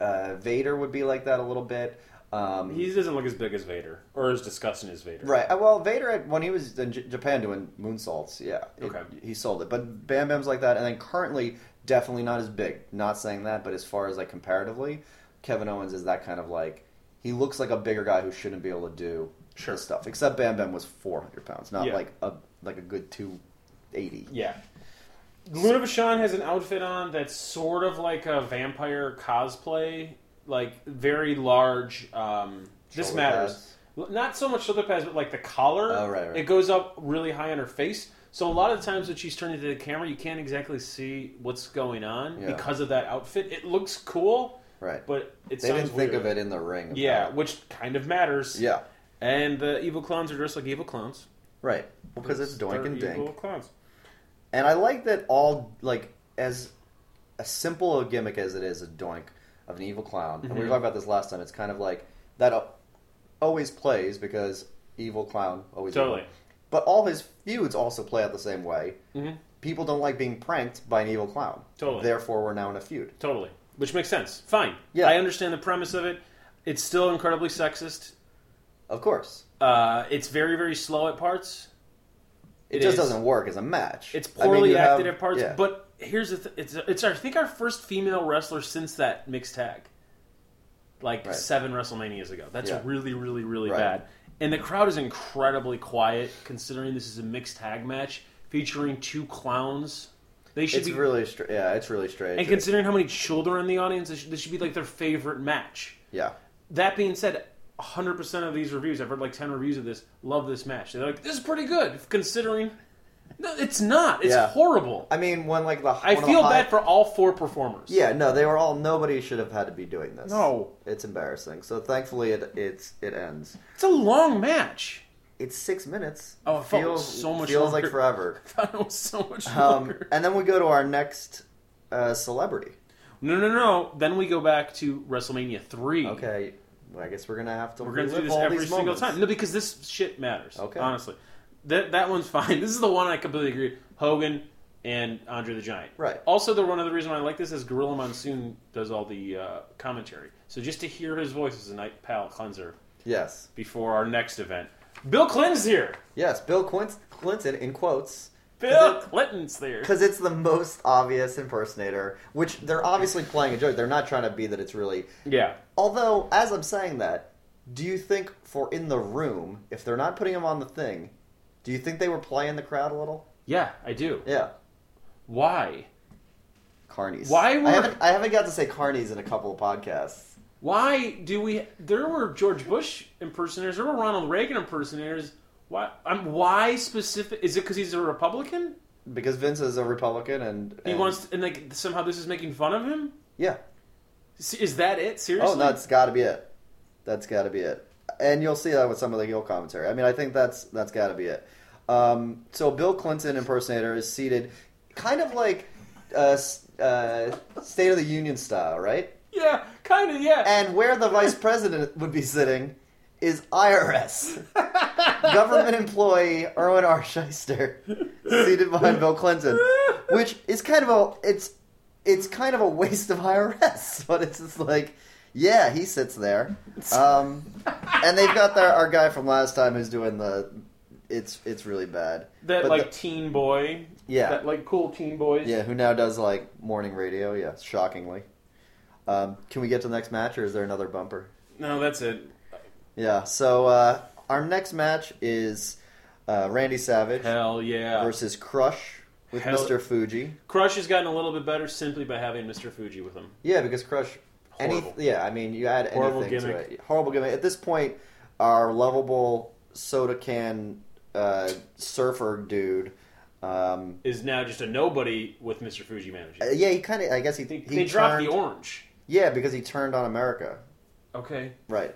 C: uh, Vader would be like that a little bit. Um,
B: He doesn't look as big as Vader, or as disgusting as Vader.
C: Right. Uh, Well, Vader had- when he was in J- Japan doing moonsaults, yeah, it-
B: Okay.
C: he sold it. But Bam Bam's like that, and then currently definitely not as big. Not saying that, but as far as like comparatively, Kevin Owens is that kind of like he looks like a bigger guy who shouldn't be able to do
B: Sure.
C: this stuff. Except Bam Bam was four hundred pounds, not
B: Yeah.
C: like a like a good two eighty.
B: Yeah. Luna Vachon has an outfit on that's sort of like a vampire cosplay, like very large. Um, this
C: Shoulder
B: matters.
C: pads.
B: L- Not so much shoulder pads, but like the collar.
C: Oh, right, right.
B: It goes up really high on her face. So a lot of the times when she's turning to the camera, you can't exactly see what's going on
C: Yeah.
B: because of that outfit. It looks cool,
C: Right.
B: but it
C: they
B: sounds
C: didn't think
B: weird.
C: of it in the ring.
B: Yeah,
C: apparently.
B: which kind of matters.
C: Yeah.
B: And the evil clowns are dressed like evil clowns.
C: Right. Because it's
B: They're
C: Doink and Dink.
B: Evil clowns.
C: And I like that all like as a simple a gimmick as it is a doink of an evil clown. And we
B: Mm-hmm.
C: were talking about this last time. It's kind of like that al- always plays because evil clown always evil.
B: Totally.
C: But all his feuds also play out the same way.
B: Mhm.
C: People don't like being pranked by an evil clown.
B: Totally.
C: Therefore, we're now in a feud.
B: Totally. Which makes sense. Fine.
C: Yeah.
B: I understand the premise of it. It's still incredibly sexist.
C: Of course,
B: Uh, it's very, very slow at parts.
C: it,
B: It
C: just
B: is.
C: doesn't work as a match.
B: It's
C: I mean,
B: poorly
C: you
B: acted
C: have-
B: at parts.
C: yeah.
B: But here's the th- it's, it's I think our first female wrestler since that mixed tag. Like
C: Right.
B: seven WrestleManias ago. That's
C: Yeah.
B: really, really, really
C: Right.
B: bad. And the crowd is incredibly quiet considering this is a mixed tag match featuring two clowns. They should
C: it's
B: be
C: really str- yeah, it's really strange.
B: and considering how many children are in the audience, this should, this should be like their favorite match.
C: yeah,
B: That being said, 100% of these reviews, I've read like 10 reviews of this, love this match. They're like, this is pretty good, considering. No, it's not. It's
C: Yeah.
B: horrible.
C: I mean, when like the
B: I
C: one of the
B: feel
C: high-
B: bad for all four performers.
C: Yeah, no, they were all. Nobody should have had to be doing this.
B: No.
C: it's embarrassing. So thankfully, it it's it ends.
B: It's a long match.
C: It's six minutes.
B: Oh, it felt so much
C: feels
B: longer.
C: like forever.
B: I thought it was so much
C: Um,
B: longer.
C: and then we go to our next uh, celebrity.
B: no, no, no. Then we go back to WrestleMania 3.
C: Okay, well, I guess we're gonna have to.
B: We're going to do
C: relive
B: this
C: all
B: every
C: these
B: single
C: moments.
B: time. No, because this shit matters. Okay.
C: Okay.
B: Honestly. That, that one's fine. This is the one I completely agree. Hogan and Andre the Giant.
C: Right.
B: Also, the one other reason why I like this is Gorilla Monsoon does all the uh, commentary. So just to hear his voice is a night palate cleanser
C: Yes,
B: before our next event. Bill Clinton's here.
C: yes. Bill Quin- Clinton in quotes
B: Bill Clinton's there.
C: because it's the most obvious impersonator. Which they're obviously playing a joke. They're not trying to be that it's really
B: Yeah.
C: Although, as I'm saying that, do you think for in the room, if they're not putting him on the thing, do you think they were playing the crowd a little?
B: Yeah, I do.
C: Yeah,
B: Why?
C: carnies.
B: Why were-
C: I haven't I haven't got to say carnies in a couple of podcasts.
B: Why do we? There were George Bush impersonators. There were Ronald Reagan impersonators. Why? I'm, why specific? Is it because he's a Republican?
C: Because Vince is a Republican and,
B: He
C: and-
B: wants, and like somehow this is making fun of him.
C: yeah.
B: S- Is that it? Seriously?
C: Oh, that's got to be it. That's got to be it. And you'll see that with some of the heel commentary. I mean, I think that's that's got to be it. Um, so Bill Clinton impersonator is seated, kind of like uh, s- uh, State of the Union style, right?
B: Yeah, kind of. Yeah.
C: And where the vice president would be sitting is IRS. Government employee Erwin R. Scheister seated behind Bill Clinton. Which is kind of a it's it's kind of a waste of IRS, but it's just like yeah, he sits there. Um, and they've got their our guy from last time who's doing the it's it's really bad.
B: That
C: But
B: like
C: the-
B: teen boy.
C: Yeah.
B: That like cool teen boys.
C: yeah, who now does like morning radio? Yeah, shockingly. Um, can we get to the next match, or is there another bumper?
B: No, that's it.
C: Yeah. So uh, our next match is uh, Randy Savage
B: Hell yeah.
C: versus Crush with
B: Hell-
C: Mr. Fuji.
B: Crush has gotten a little bit better simply by having Mr. Fuji with him.
C: Yeah, because Crush. Any,
B: Horrible.
C: yeah, I mean, you add anything
B: Horrible
C: to
B: gimmick.
C: it. Horrible gimmick. At this point, our lovable soda can uh, surfer dude. Um,
B: Is now just a nobody with Mr. Fuji managing.
C: uh, yeah, he kind of. I guess he.
B: They,
C: he
B: they dropped the
C: turned-
B: orange.
C: Yeah, because he turned on America.
B: Okay.
C: Right.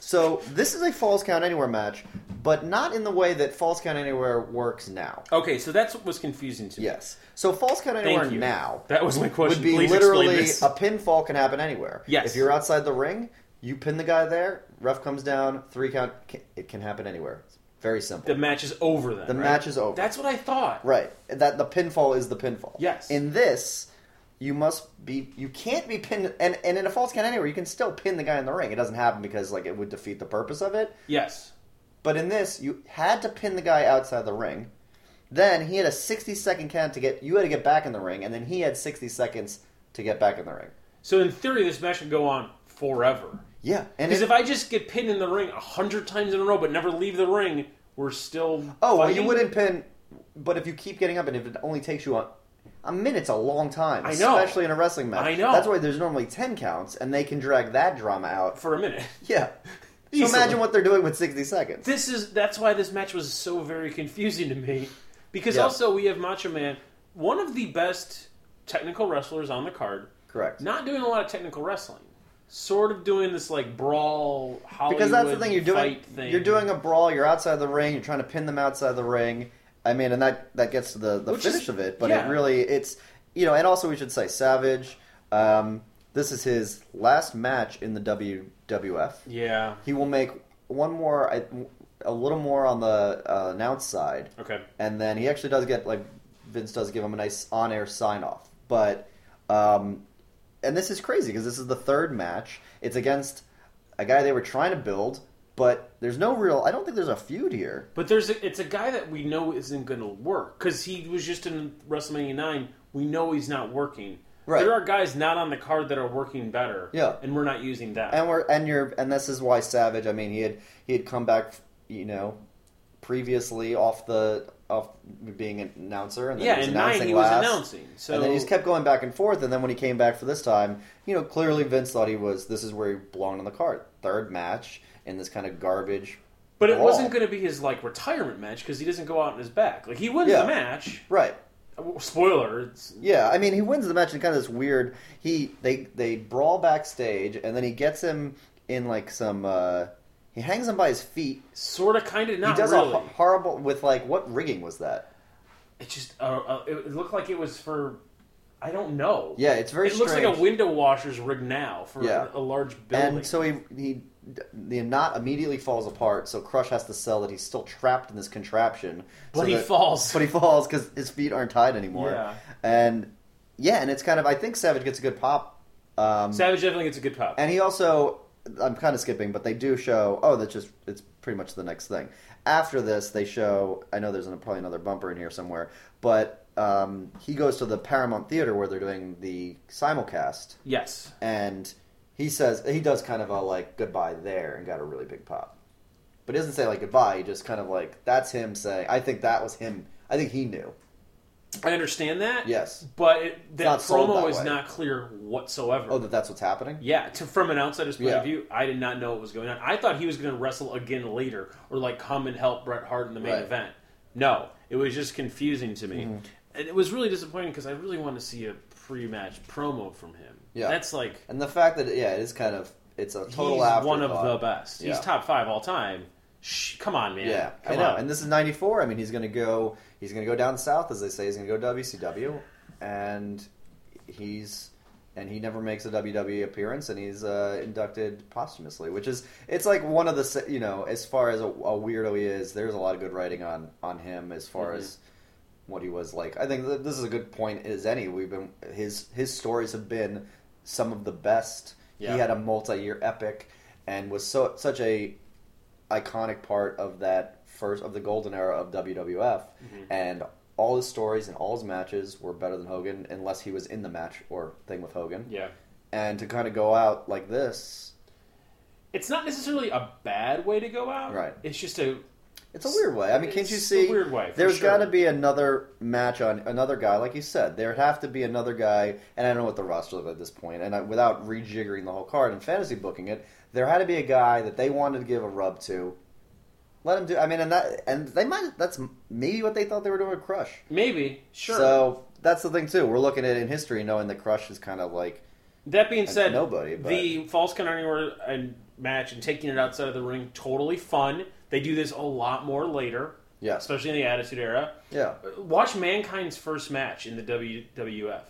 C: So this is a Falls Count Anywhere match, but not in the way that Falls Count Anywhere works now.
B: Okay, so that's what was confusing to me.
C: Yes. So Falls Count
B: Thank
C: Anywhere
B: you.
C: now
B: That was my question.
C: would be
B: Please
C: literally
B: explain this.
C: a pinfall can happen anywhere.
B: Yes.
C: If you're outside the ring, you pin the guy there. Ref comes down. Three count. ca- It can happen anywhere. It's very simple.
B: the match is over then.
C: The
B: right?
C: match is over.
B: That's what I thought.
C: right. That the pinfall is the pinfall.
B: Yes.
C: In this, you must be. You can't be pinned. And and in a false count anywhere, you can still pin the guy in the ring. It doesn't happen because like it would defeat the purpose of it.
B: Yes.
C: But in this, you had to pin the guy outside the ring. Then he had a 60 second count to get. You had to get back in the ring, and then he had 60 seconds to get back in the ring.
B: So in theory, this match could go on forever.
C: Yeah, and
B: Because
C: it-
B: if I just get pinned in the ring a hundred times in a row but never leave the ring, we're still.
C: oh, well, you
B: fighting?
C: wouldn't pin. But if you keep getting up, and if it only takes you a, a minute's a long time,
B: I know.
C: especially in a wrestling match.
B: I know.
C: That's why there's normally 10 counts, and they can drag that drama out.
B: for a minute.
C: Yeah. So
B: Easily.
C: imagine what they're doing with 60 seconds.
B: This is that's why this match was so very confusing to me. Because
C: Yeah.
B: also we have Macho Man, one of the best technical wrestlers on the card,
C: Correct.
B: not doing a lot of technical wrestling. Sort of doing this like brawl Hollywood
C: because that's the thing you're doing.
B: fight thing.
C: You're doing a brawl. You're outside the ring. You're trying to pin them outside the ring. I mean, and that that gets to the the
B: Which is-
C: finish of it. But
B: yeah.
C: it really it's you know. And also, we should say Savage. Um, this is his last match in the WWF.
B: Yeah.
C: He will make one more, I- a little more on the uh, announce side,
B: Okay.
C: and then he actually does get like Vince does give him a nice on-air sign-off. But um, and this is crazy because this is the third match. It's against a guy they were trying to build, but there's no real. I don't think there's a feud here.
B: But there's a, it's a guy that we know isn't going to work because he was just in WrestleMania nine. We know he's not working.
C: Right.
B: There are guys not on the card that are working better.
C: Yeah.
B: And we're not using that.
C: And we're and you're and this is why Savage. I mean, he had he had come back, you know, previously off the off being an announcer, and then
B: yeah.
C: he was
B: In
C: announcing
B: nine he
C: last.
B: was announcing. So
C: and then he just kept going back and forth. And then when he came back for this time, you know, clearly Vince thought he was this is where he belonged on the card. Third match in this kind of garbage.
B: But it
C: brawl.
B: wasn't going to be his like retirement match because he doesn't go out on his back. Like he wins
C: Yeah.
B: the match.
C: right.
B: Spoiler. It's,
C: Yeah, I mean, he wins the match in kind of this weird. He they they brawl backstage, and then he gets him in like some. uh He hangs him by his feet.
B: sort of, kind of,
C: He
B: not
C: does
B: really.
C: a ho- horrible with like what rigging was that?
B: It just uh, uh, it it looked like it was for. I don't know.
C: Yeah, it's very.
B: It looks like
C: strange.
B: a window washer's rig now for
C: Yeah.
B: a large building.
C: And so he he the knot immediately falls apart. So Crush has to sell that he's still trapped in this contraption.
B: but
C: so
B: he
C: that-
B: falls.
C: but he falls because his feet aren't tied anymore.
B: Yeah.
C: And yeah, and it's kind of I think Savage gets a good pop. Um,
B: Savage definitely gets a good pop.
C: and he also I'm kind of skipping, but they do show. Oh, that's just it's pretty much the next thing. After this, they show. I know there's an, probably another bumper in here somewhere, but um, he goes to the Paramount Theater where they're doing the simulcast,
B: yes.
C: and he says he does kind of a like goodbye there and got a really big pop. But he doesn't say like goodbye. He just kind of like that's him saying. I think that was him. I think he knew.
B: I understand that.
C: Yes.
B: But it, that
C: not sold
B: promo
C: that
B: is
C: way.
B: not clear whatsoever.
C: Oh, that that's what's happening.
B: yeah, to, from an outsider's point
C: Yeah.
B: of view, I did not know what was going on. I thought he was going to wrestle again later or like come and help Bret Hart in the main
C: Right. Mm-hmm.
B: event. No, it was just confusing to me. And it was really disappointing because I really wanted to see a pre-match promo from him.
C: Yeah.
B: That's like
C: And the fact that yeah, it is kind of it's a total
B: he's one of
C: afterthought.
B: the best.
C: Yeah.
B: He's top 5 all time. Shh, come on, man.
C: Yeah, I
B: come
C: know.
B: on.
C: And this is '94. I mean, he's going to go. He's going to go down south, as they say. He's going to go to WCW, and he's and he never makes a WWE appearance, and he's uh, inducted posthumously, which is it's like one of the s- you know as far as a, a weirdo he is. There's a lot of good writing on on him as far
B: Mhm.
C: as what he was like. I think that this is a good point as any. We've been his his stories have been some of the best.
B: Yeah.
C: He had a multi-year epic and was so such a iconic part of that first of the golden era of WWF,
B: Mm-hmm.
C: and all his stories and all his matches were better than Hogan unless he was in the match or thing with Hogan.
B: Yeah.
C: And to kind of go out like this,
B: It's not necessarily a bad way to go out.
C: Right.
B: It's just a
C: It's a weird way. I mean, can't
B: It's
C: you see?
B: a weird way, for
C: There's
B: sure.
C: got to be another match on another guy, like you said. There'd have to be another guy, and I don't know what the roster looked like at this point. And I, without rejiggering the whole card and fantasy booking it, there had to be a guy that they wanted to give a rub to. Let him do. I mean, and that, and they might. That's maybe what they thought they were doing with Crush.
B: maybe sure.
C: So that's the thing too. We're looking at it in history, knowing that Crush is kind of like
B: that being said,
C: nobody, but-
B: the false count anywhere and match and taking it outside of the ring totally fun. They do this a lot more later,
C: yes,
B: especially in the Attitude Era.
C: yeah,
B: Watch Mankind's first match in the WWF.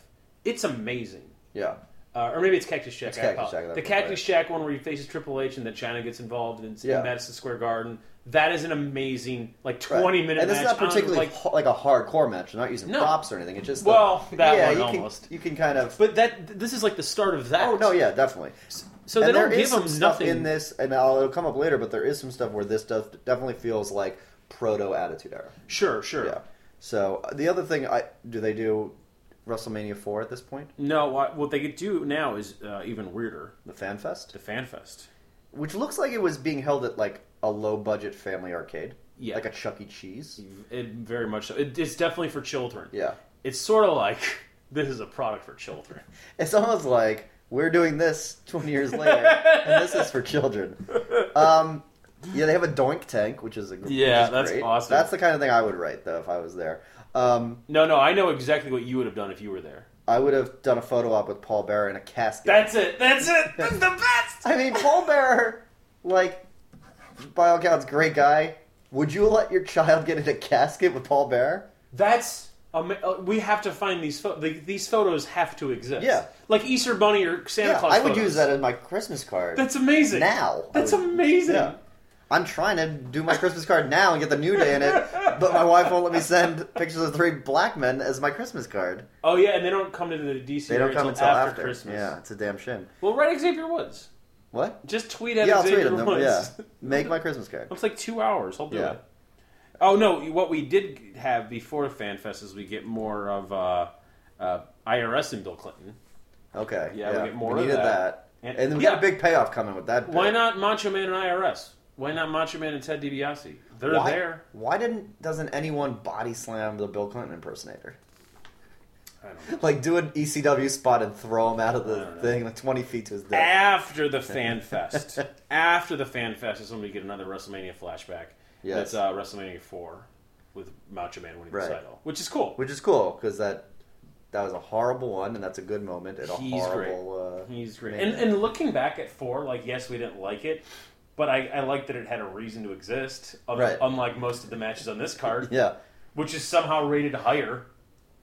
B: It's amazing.
C: yeah,
B: Uh, or maybe it's Cactus Jack.
C: It's
B: I
C: Cactus
B: apologize.
C: Jack, that's
B: the
C: right.
B: Cactus Jack one where he faces Triple H and then China gets involved and it's
C: Yeah.
B: in Madison Square Garden. That is an amazing like
C: Right.
B: twenty minute.
C: And this
B: match
C: is not
B: on,
C: particularly
B: like,
C: ho- like a hardcore match. They're not using
B: No.
C: props or anything. It's just
B: Well, that
C: yeah,
B: one
C: you
B: almost.
C: Can, you can kind of
B: But that this is like the start of that.
C: Oh no, yeah, definitely.
B: So they
C: and
B: don't
C: there
B: give
C: is some
B: them
C: stuff
B: nothing.
C: in this, and I'll, it'll come up later. But there is some stuff where this does definitely feels like proto Attitude Era.
B: Sure, sure.
C: Yeah. So uh, the other thing, I do they do WrestleMania four at this point,
B: No, what, what they could do now is uh, even weirder.
C: the Fan Fest,
B: The Fan Fest.
C: which looks like it was being held at like a low budget family arcade,
B: Yeah.
C: like a Chuck E. Cheese.
B: It very much so. It, it's definitely for children.
C: Yeah.
B: It's sort of like this is a product for children.
C: It's almost like we're doing this 20 years later, and this is for children. Um, yeah, they have a doink tank, which is a which
B: Yeah,
C: is
B: that's
C: great.
B: awesome.
C: That's the kind of thing I would write though if I was there. Um,
B: No, no, I know exactly what you would have done if you were there.
C: I would have done a photo op with Paul Bearer in a casket.
B: That's it. That's it. That's the best.
C: I mean, Paul Bearer, like, by all accounts, great guy. Would you let your child get in a casket with Paul Bearer?
B: That's ama- uh, we have to find these photos. these photos have to exist.
C: Yeah.
B: like Easter Bunny or Santa
C: yeah,
B: Claus.
C: I would
B: photos.
C: use that as my Christmas card.
B: That's amazing.
C: now. I
B: That's
C: would-
B: amazing.
C: Yeah. I'm trying to do my Christmas card now and get the new day in it, but my wife won't let me send pictures of three black men as my Christmas card.
B: Oh yeah, and they don't come to the DC.
C: They don't
B: area
C: come
B: until
C: until after,
B: Christmas.
C: Yeah, it's a damn shame.
B: Well, write Xavier Woods.
C: What?
B: Just tweet at
C: yeah, I'll
B: Xavier
C: tweet them.
B: Woods.
C: Yeah, make my Christmas card.
B: It's like two hours. I'll do
C: Yeah.
B: it. Oh no! What we did have before FanFest is we get more of uh, uh, IRS and Bill Clinton.
C: Okay.
B: Yeah, we get more of
C: we needed
B: that.
C: that.
B: And-
C: And, then we
B: yeah.
C: got a big payoff coming with that. bit.
B: Why not Macho Man and IRS? Why not Macho Man and Ted DiBiase? They're
C: Why,
B: there.
C: Why didn't doesn't anyone body slam the Bill Clinton impersonator?
B: I don't know.
C: Like do an ECW spot and throw him out of
B: I
C: the
B: don't know. Ah.
C: thing like twenty feet to his death.
B: After the Fan Fest, after the Fan Fest is when we get another WrestleMania flashback.
C: Yes.
B: That's uh, WrestleMania four with Macho Man winning
C: Right.
B: the title, which is cool.
C: Which is cool because that that was a horrible one and that's a good moment and a
B: He's
C: horrible. Uh,
B: He's great.
C: Man.
B: And, and looking back at four, like yes, we didn't like it, but I, I like that it had a reason to exist. un-
C: Right.
B: Unlike most of the matches on this card,
C: Yeah.
B: which is somehow rated higher.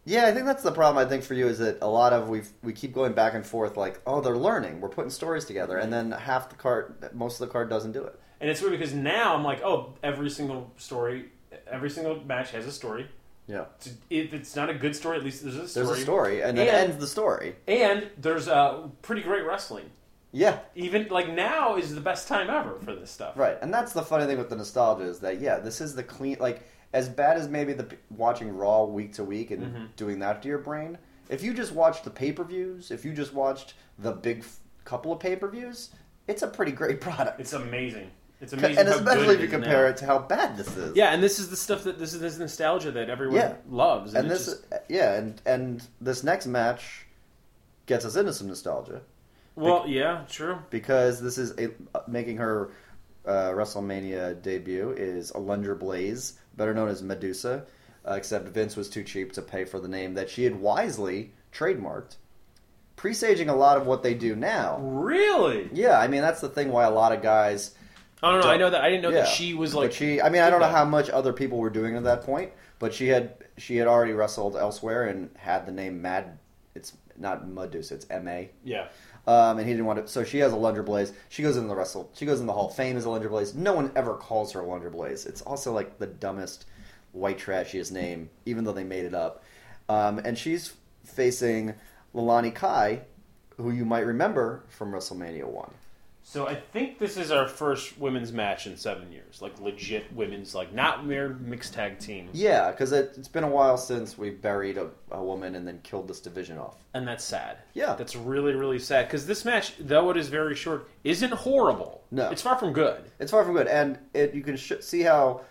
C: Yeah, I think that's the problem. I think for you is that a lot of we we keep going back and forth, like, oh, they're learning, we're putting stories together, and then half the card, most of the card doesn't do it.
B: And it's weird because now I'm like, oh, every single story, every single match has a story.
C: Yeah,
B: It's- If it's not a good story, at least there's a story.
C: there's a story, and then
B: And-
C: ends the story.
B: And there's uh, pretty great wrestling.
C: Yeah,
B: Even like now is the best time ever for this stuff.
C: right. And that's the funny thing with the nostalgia is that yeah, this is the clean, like as bad as maybe the p- watching Raw week to week and
B: Mm-hmm.
C: doing that to your brain. If you just watched the pay per views, if you just watched the big f- couple of pay per views, it's a pretty great product.
B: It's amazing. It's amazing.
C: And
B: how good
C: especially if you
B: is now.
C: compare it to how bad this is.
B: Yeah, and this is the stuff that this is this nostalgia that everyone
C: Yeah.
B: loves.
C: and
B: it
C: this
B: just-
C: yeah and and this next match gets us into some nostalgia
B: well, yeah, true.
C: because this is a, making her uh, WrestleMania debut is Alundra Blaze, better known as Medusa, uh, except Vince was too cheap to pay for the name that she had wisely trademarked, presaging a lot of what they do now.
B: Really?
C: Yeah, I mean that's the thing why a lot of guys
B: I don't know.
C: Don't-
B: Oh, I know that I didn't know
C: yeah.
B: that she was like
C: But she, I mean, I don't know
B: Yeah.
C: how much other people were doing at that point, but she had she had already wrestled elsewhere and had the name Mad. It's not Medusa. It's M A.
B: Yeah.
C: Um, and he didn't want to. So she has a Lunder Blaze. She goes in the wrestle. She goes in the Hall of Fame as a Lunder Blaze. No one ever calls her a Lunder Blaze. It's also like the dumbest, white trashiest name, even though they made it up. Um, and she's facing Lalani Kai, who you might remember from WrestleMania One.
B: So I think this is our first women's match in seven years, like legit women's, like not mere mixed tag team,
C: Yeah, because it, it's been a while since we buried a, a woman and then killed this division off.
B: and that's sad.
C: Yeah.
B: that's really really sad because this match, though it is very short, isn't horrible.
C: No.
B: it's far from good.
C: It's far from good, and it you can sh- see how,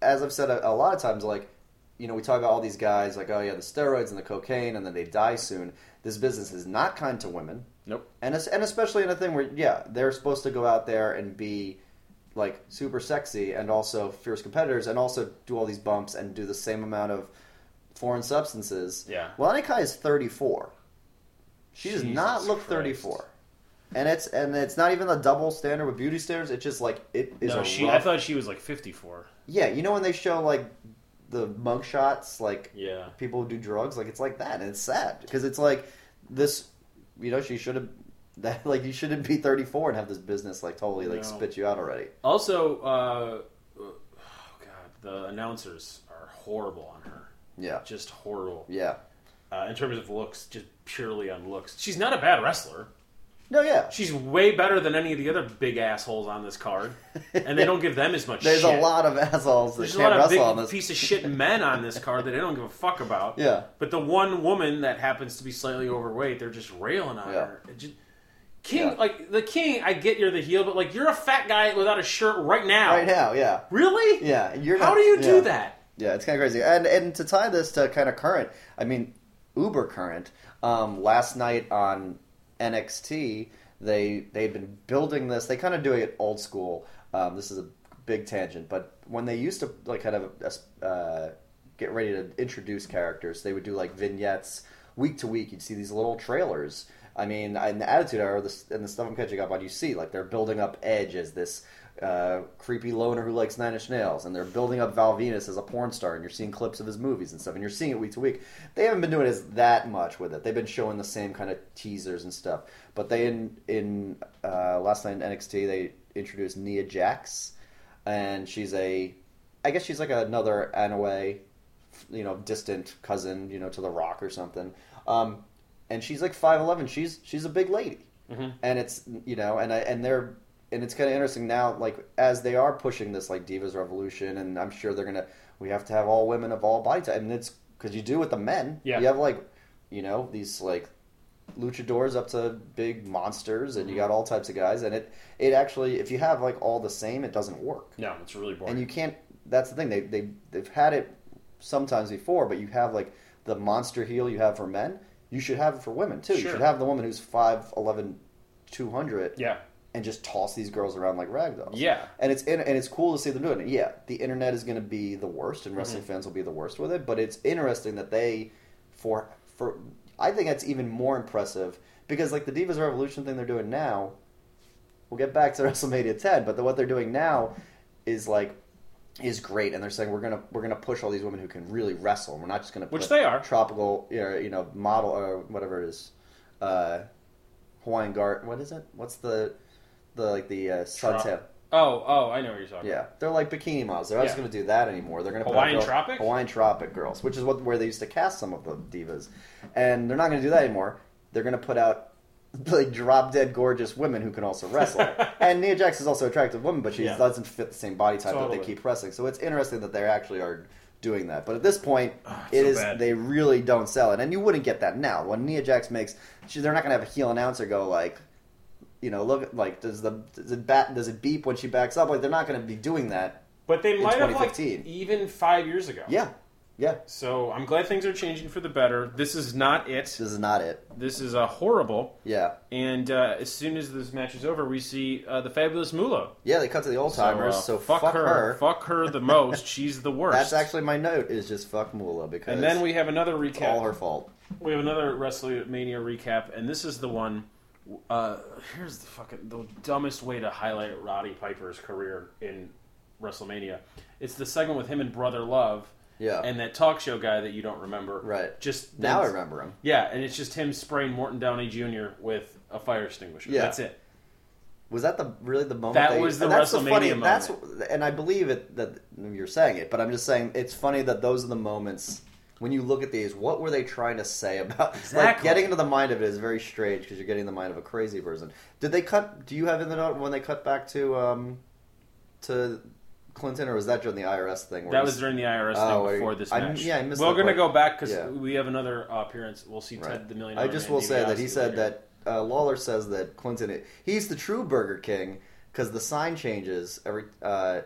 C: as I've said a, a lot of times, like you know we talk about all these guys like oh yeah the steroids and the cocaine and then they die soon. This business is not kind to women,
B: Nope.
C: and es- and especially in a thing where yeah they're supposed to go out there and be like super sexy and also fierce competitors and also do all these bumps and do the same amount of foreign substances.
B: Yeah.
C: Well, Kai is thirty four. She does
B: Jesus
C: not look
B: Christ.
C: 34. And it's and it's not even the double standard with beauty standards. It's just like it is
B: no,
C: a
B: she. I
C: rough-
B: thought she was like fifty four.
C: yeah, you know when they show like the mug shots, like
B: Yeah.
C: people who do drugs, like it's like that, and it's sad because it's like this. You know, she should have that like you shouldn't be 34 and have this business like totally like
B: No.
C: spit you out already.
B: Also, uh, oh god, the announcers are horrible on her.
C: Yeah,
B: Just horrible
C: yeah.
B: uh, in terms of looks, just purely on looks. She's not a bad wrestler.
C: No, yeah.
B: She's way better than any of the other big assholes on this card, and they don't give them as much.
C: There's
B: shit.
C: a lot of assholes that
B: There's a
C: can't
B: lot of
C: wrestle
B: big
C: on this.
B: piece of shit men on this card that they don't give a fuck about.
C: Yeah.
B: But the one woman that happens to be slightly overweight, they're just railing on
C: Yeah.
B: her. It just- king,
C: Yeah.
B: like the king, I get you're the heel, but like you're a fat guy without a shirt right now.
C: Right now, yeah,
B: Really?
C: yeah. and You're
B: How
C: not-
B: do you
C: yeah.
B: do that?
C: Yeah, it's kind of crazy. And and to tie this to kind of current, I mean, uber current. Um, last night on NXT, they they've been building this. They kind of do it old school. Um, this is a big tangent, but when they used to like kind of uh, get ready to introduce characters, they would do like vignettes week to week. You'd see these little trailers. I mean, in the Attitude Era, this, and the stuff I'm catching up on, you see like they're building up Edge as this uh, creepy loner who likes Nine Inch Nails, and they're building up Val Venus as a porn star, and you're seeing clips of his movies and stuff, and you're seeing it week to week. They haven't been doing as that much with it. They've been showing the same kind of teasers and stuff. But they in in uh, last night in NXT they introduced Nia Jax, and she's a, I guess she's like another Anoa'i you know, distant cousin, you know, to The Rock or something. Um, and she's like five eleven. She's she's a big lady, and it's you know, and I and they're and it's kind of interesting now, like as they are pushing this like divas revolution, and I'm sure they're gonna we have to have all women of all body type, and it's because you do with the men,
B: Yeah.
C: You have like you know these like luchadors up to big monsters, and you got all types of guys, and it it actually if you have like all the same, it doesn't work
B: No, it's really boring.
C: and you can't that's the thing they, they they've had it sometimes before but you have like the monster heel you have for men you should have it for women too you
B: Sure.
C: should have the woman who's 5'11 200
B: yeah.
C: and just toss these girls around like rag dolls
B: Yeah.
C: and it's in, and it's cool to see them doing it yeah the internet is going to be the worst and wrestling
B: Mm-hmm.
C: fans will be the worst with it but it's interesting that they for for i think that's even more impressive because like the divas revolution thing they're doing now we'll get back to WrestleMania 10, but the, what they're doing now is like is great, and they're saying we're gonna we're gonna push all these women who can really wrestle. We're not just gonna
B: Which
C: put
B: they are.
C: tropical, you know, you know, model or whatever it is, uh, Hawaiian guard. What is it? What's the the like the uh, sunset?
B: Oh, oh, I know what you're talking.
C: Yeah, they're like bikini models. They're not just
B: Yeah.
C: going to do that anymore. They're going to
B: Hawaiian Tropic?
C: Hawaiian tropic girls, which is what where they used to cast some of the divas, and they're not going to do that anymore. They're going to put out like drop dead gorgeous women who can also wrestle. and Nia Jax is also an attractive woman, but she
B: Yeah.
C: doesn't fit the same body type that
B: Totally.
C: they keep wrestling. So it's interesting that they actually are doing that. But at this point, it
B: Ah, so
C: is
B: bad.
C: they really don't sell it, and you wouldn't get that now. When Nia Jax makes, she, they're not going to have a heel announcer go like you know, look like does the does it bat does it beep when she backs up? Like they're not going to be doing that.
B: But they
C: In
B: might have like
C: 2015.
B: even five years ago.
C: Yeah, yeah.
B: So I'm glad things are changing for the better. This is not it.
C: This is not it.
B: This is a horrible.
C: Yeah,
B: And uh, as soon as this match is over, we see uh, the fabulous Moolah.
C: yeah. They cut to the old timers, so, fuck, her.
B: uh, Fuck her the most. She's the worst.
C: That's actually my note. Is just fuck Moolah because
B: And then we have another
C: it's all
B: recap.
C: her fault.
B: We have another WrestleMania recap, and this is the one. Uh, here's the fucking the dumbest way to highlight Roddy Piper's career in WrestleMania. It's the segment with him and Brother Love.
C: Yeah.
B: And that talk show guy that you don't remember.
C: Right.
B: Just
C: Now I remember him.
B: Yeah, and it's just him spraying Morton Downey Jr. with a fire extinguisher.
C: Yeah.
B: That's it.
C: Was that the really the moment?
B: That
C: they-
B: was the
C: and
B: WrestleMania moment.
C: That's and I believe it that you're saying it, but I'm just saying it's funny that those are the moments when you look at these, what were they trying to say about? Like
B: Exactly.
C: getting into the mind of it is very strange because you're getting the mind of a crazy person. Did they cut? Do you have in the note when they cut back to um, to Clinton, or was that during the IRS thing? where
B: That
C: he's-
B: was during the IRS
C: Oh,
B: thing
C: I-
B: before this
C: I-
B: match.
C: yeah, I missed
B: We're
C: that
B: going to
C: part.
B: go back because
C: Yeah.
B: we have another uh, appearance. We'll see
C: Right.
B: Ted the Million.
C: I just will say that he said that uh, Lawler says that Clinton he's the true Burger King because the sign changes every uh,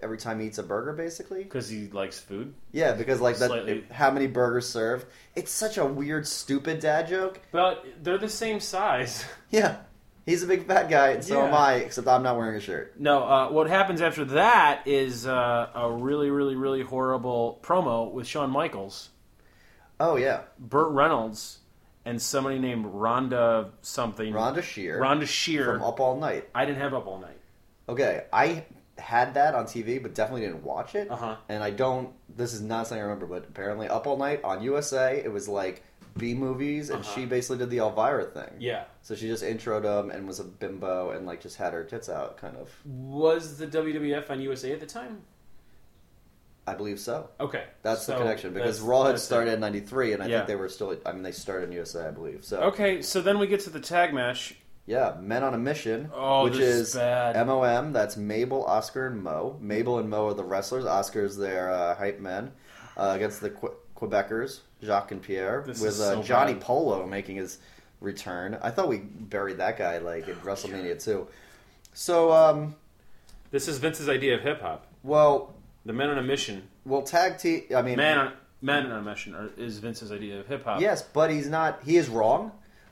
C: every time he eats a burger, basically.
B: because he likes food.
C: Yeah, because like that,
B: Slightly.
C: how many burgers served? It's such a weird, stupid dad joke.
B: But they're the same size.
C: Yeah, he's a big fat guy, and so am
B: Yeah.
C: I. Except I'm not wearing a shirt.
B: No, uh, what happens after that is uh, a really, really, really horrible promo with Shawn Michaels,
C: Oh yeah,
B: Burt Reynolds, and somebody named Rhonda something.
C: Rhonda Shear
B: Rhonda Shear.
C: from Up All Night.
B: I didn't have up all night.
C: Okay, I had that on TV, but definitely didn't watch it.
B: Uh-huh.
C: And I don't. This is not something I remember, but apparently, Up All Night on USA, it was like B movies, and
B: Uh-huh.
C: she basically did the Elvira thing.
B: Yeah.
C: So she just introed him and was a bimbo and like just had her tits out, kind of.
B: Was the WWF on USA at the time?
C: I believe so.
B: Okay.
C: That's the
B: so
C: connection because
B: that's-
C: Raw had
B: that's it.
C: started in '93, and I
B: Yeah.
C: think they were still. I mean, they started in USA, I believe. So
B: Okay, so then we get to the tag match.
C: yeah, Men on a Mission,
B: Oh,
C: which
B: this is,
C: is
B: bad.
C: MOM. That's Mabel, Oscar, and Mo. Mabel and Mo are the wrestlers. Oscar's their uh, hype men uh, against the que- Quebecers, Jacques and Pierre,
B: This
C: with
B: is
C: uh,
B: so
C: Johnny
B: bad.
C: Polo making his return. I thought we buried that guy like in WrestleMania too. So, um,
B: This is Vince's idea of hip hop.
C: well,
B: The men on a mission.
C: well, tag team. I mean,
B: Man on man on a mission are, is Vince's idea of hip hop.
C: Yes, but he's not. He is wrong.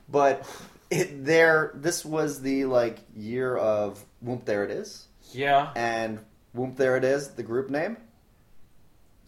C: But it, there, this was the like year of whoop. There it is,
B: Yeah.
C: and whoop. There it is. The group name.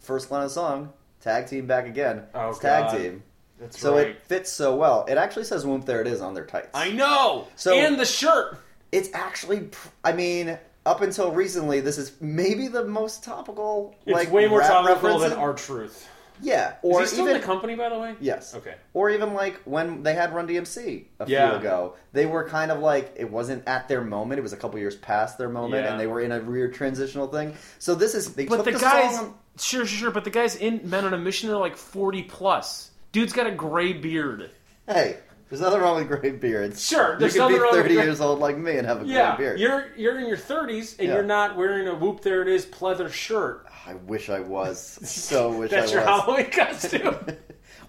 C: First line of the song. Tag team back again.
B: Oh,
C: it's tag
B: God.
C: team.
B: That's
C: So
B: right.
C: it fits so well. It actually says whoop. There it is on their tights.
B: I know.
C: So-
B: and the shirt.
C: it's actually. pr- I mean. Up until recently, this is maybe the most topical.
B: It's
C: like
B: way more
C: rap
B: topical than
C: reference.
B: our truth.
C: Yeah,
B: Is
C: or
B: he still
C: even
B: in the company, by the way?
C: Yes.
B: Okay.
C: Or even like when they had Run DMC a few
B: Yeah.
C: ago, they were kind of like it wasn't at their moment. It was a couple years past their moment,
B: Yeah.
C: and they were in a weird transitional thing. So this is they
B: But
C: took
B: the
C: the
B: guys,
C: song-
B: sure, sure, sure. But the guys in Men on a Mission are like forty plus. Dude's got a gray beard.
C: Hey, there's nothing wrong with gray beards.
B: Sure,
C: you
B: there's
C: can be
B: nothing wrong with
C: 30
B: gray-
C: years old like me and have a
B: Yeah,
C: gray beard.
B: you're you're in your thirties and
C: Yeah.
B: you're not wearing a whoop. There it is, pleather shirt.
C: I wish I was. So wish
B: That's
C: I
B: your
C: was.
B: Halloween costume.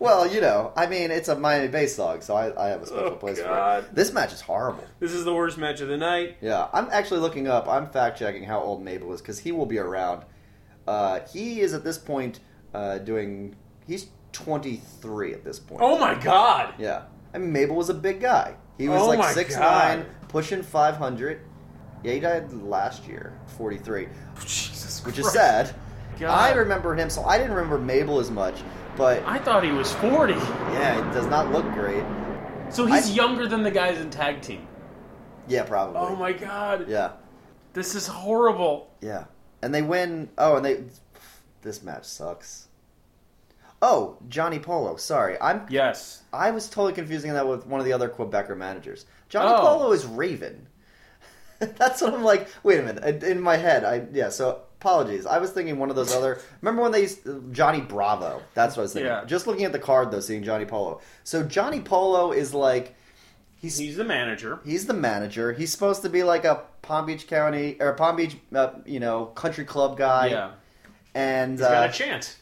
C: Well, you know, I mean, it's a Miami Bass song, so I, I have a special
B: Oh,
C: place for it.
B: God.
C: This match is horrible.
B: This is the worst match of the night.
C: Yeah, I'm actually looking up. I'm fact checking how old Mabel is because he will be around. Uh, he is at this point uh, doing. He's 23 at this point.
B: Oh my god!
C: Yeah, I mean Mabel was a big guy. He was
B: Oh
C: like
B: my
C: six
B: God.
C: nine, pushing 500. Yeah, he died last year, 43,
B: Jesus
C: which is sad.
B: God.
C: I remember him, so I didn't remember Mabel as much. But
B: I thought he was forty,
C: yeah, it does not look great.
B: so he's
C: I-
B: younger than the guys in tag team.
C: Yeah, probably.
B: Oh my god!
C: Yeah.
B: This is horrible.
C: Yeah. And they win. Oh, and they. This match sucks. Oh, Johnny Polo. Sorry, I'm.
B: Yes.
C: I was totally confusing that with one of the other Quebecer managers. Johnny
B: Oh.
C: Polo is Raven. That's what I'm like. Wait a minute. In my head, I yeah. So apologies. I was thinking one of those other. Remember when they used Johnny Bravo? That's what I was thinking.
B: Yeah.
C: Just looking at the card though, seeing Johnny Polo. So Johnny Polo is like. He's
B: He's the manager.
C: He's the manager. He's supposed to be like a Palm Beach County or Palm Beach, uh, you know, country club guy.
B: yeah.
C: And
B: He's got
C: uh,
B: a chant.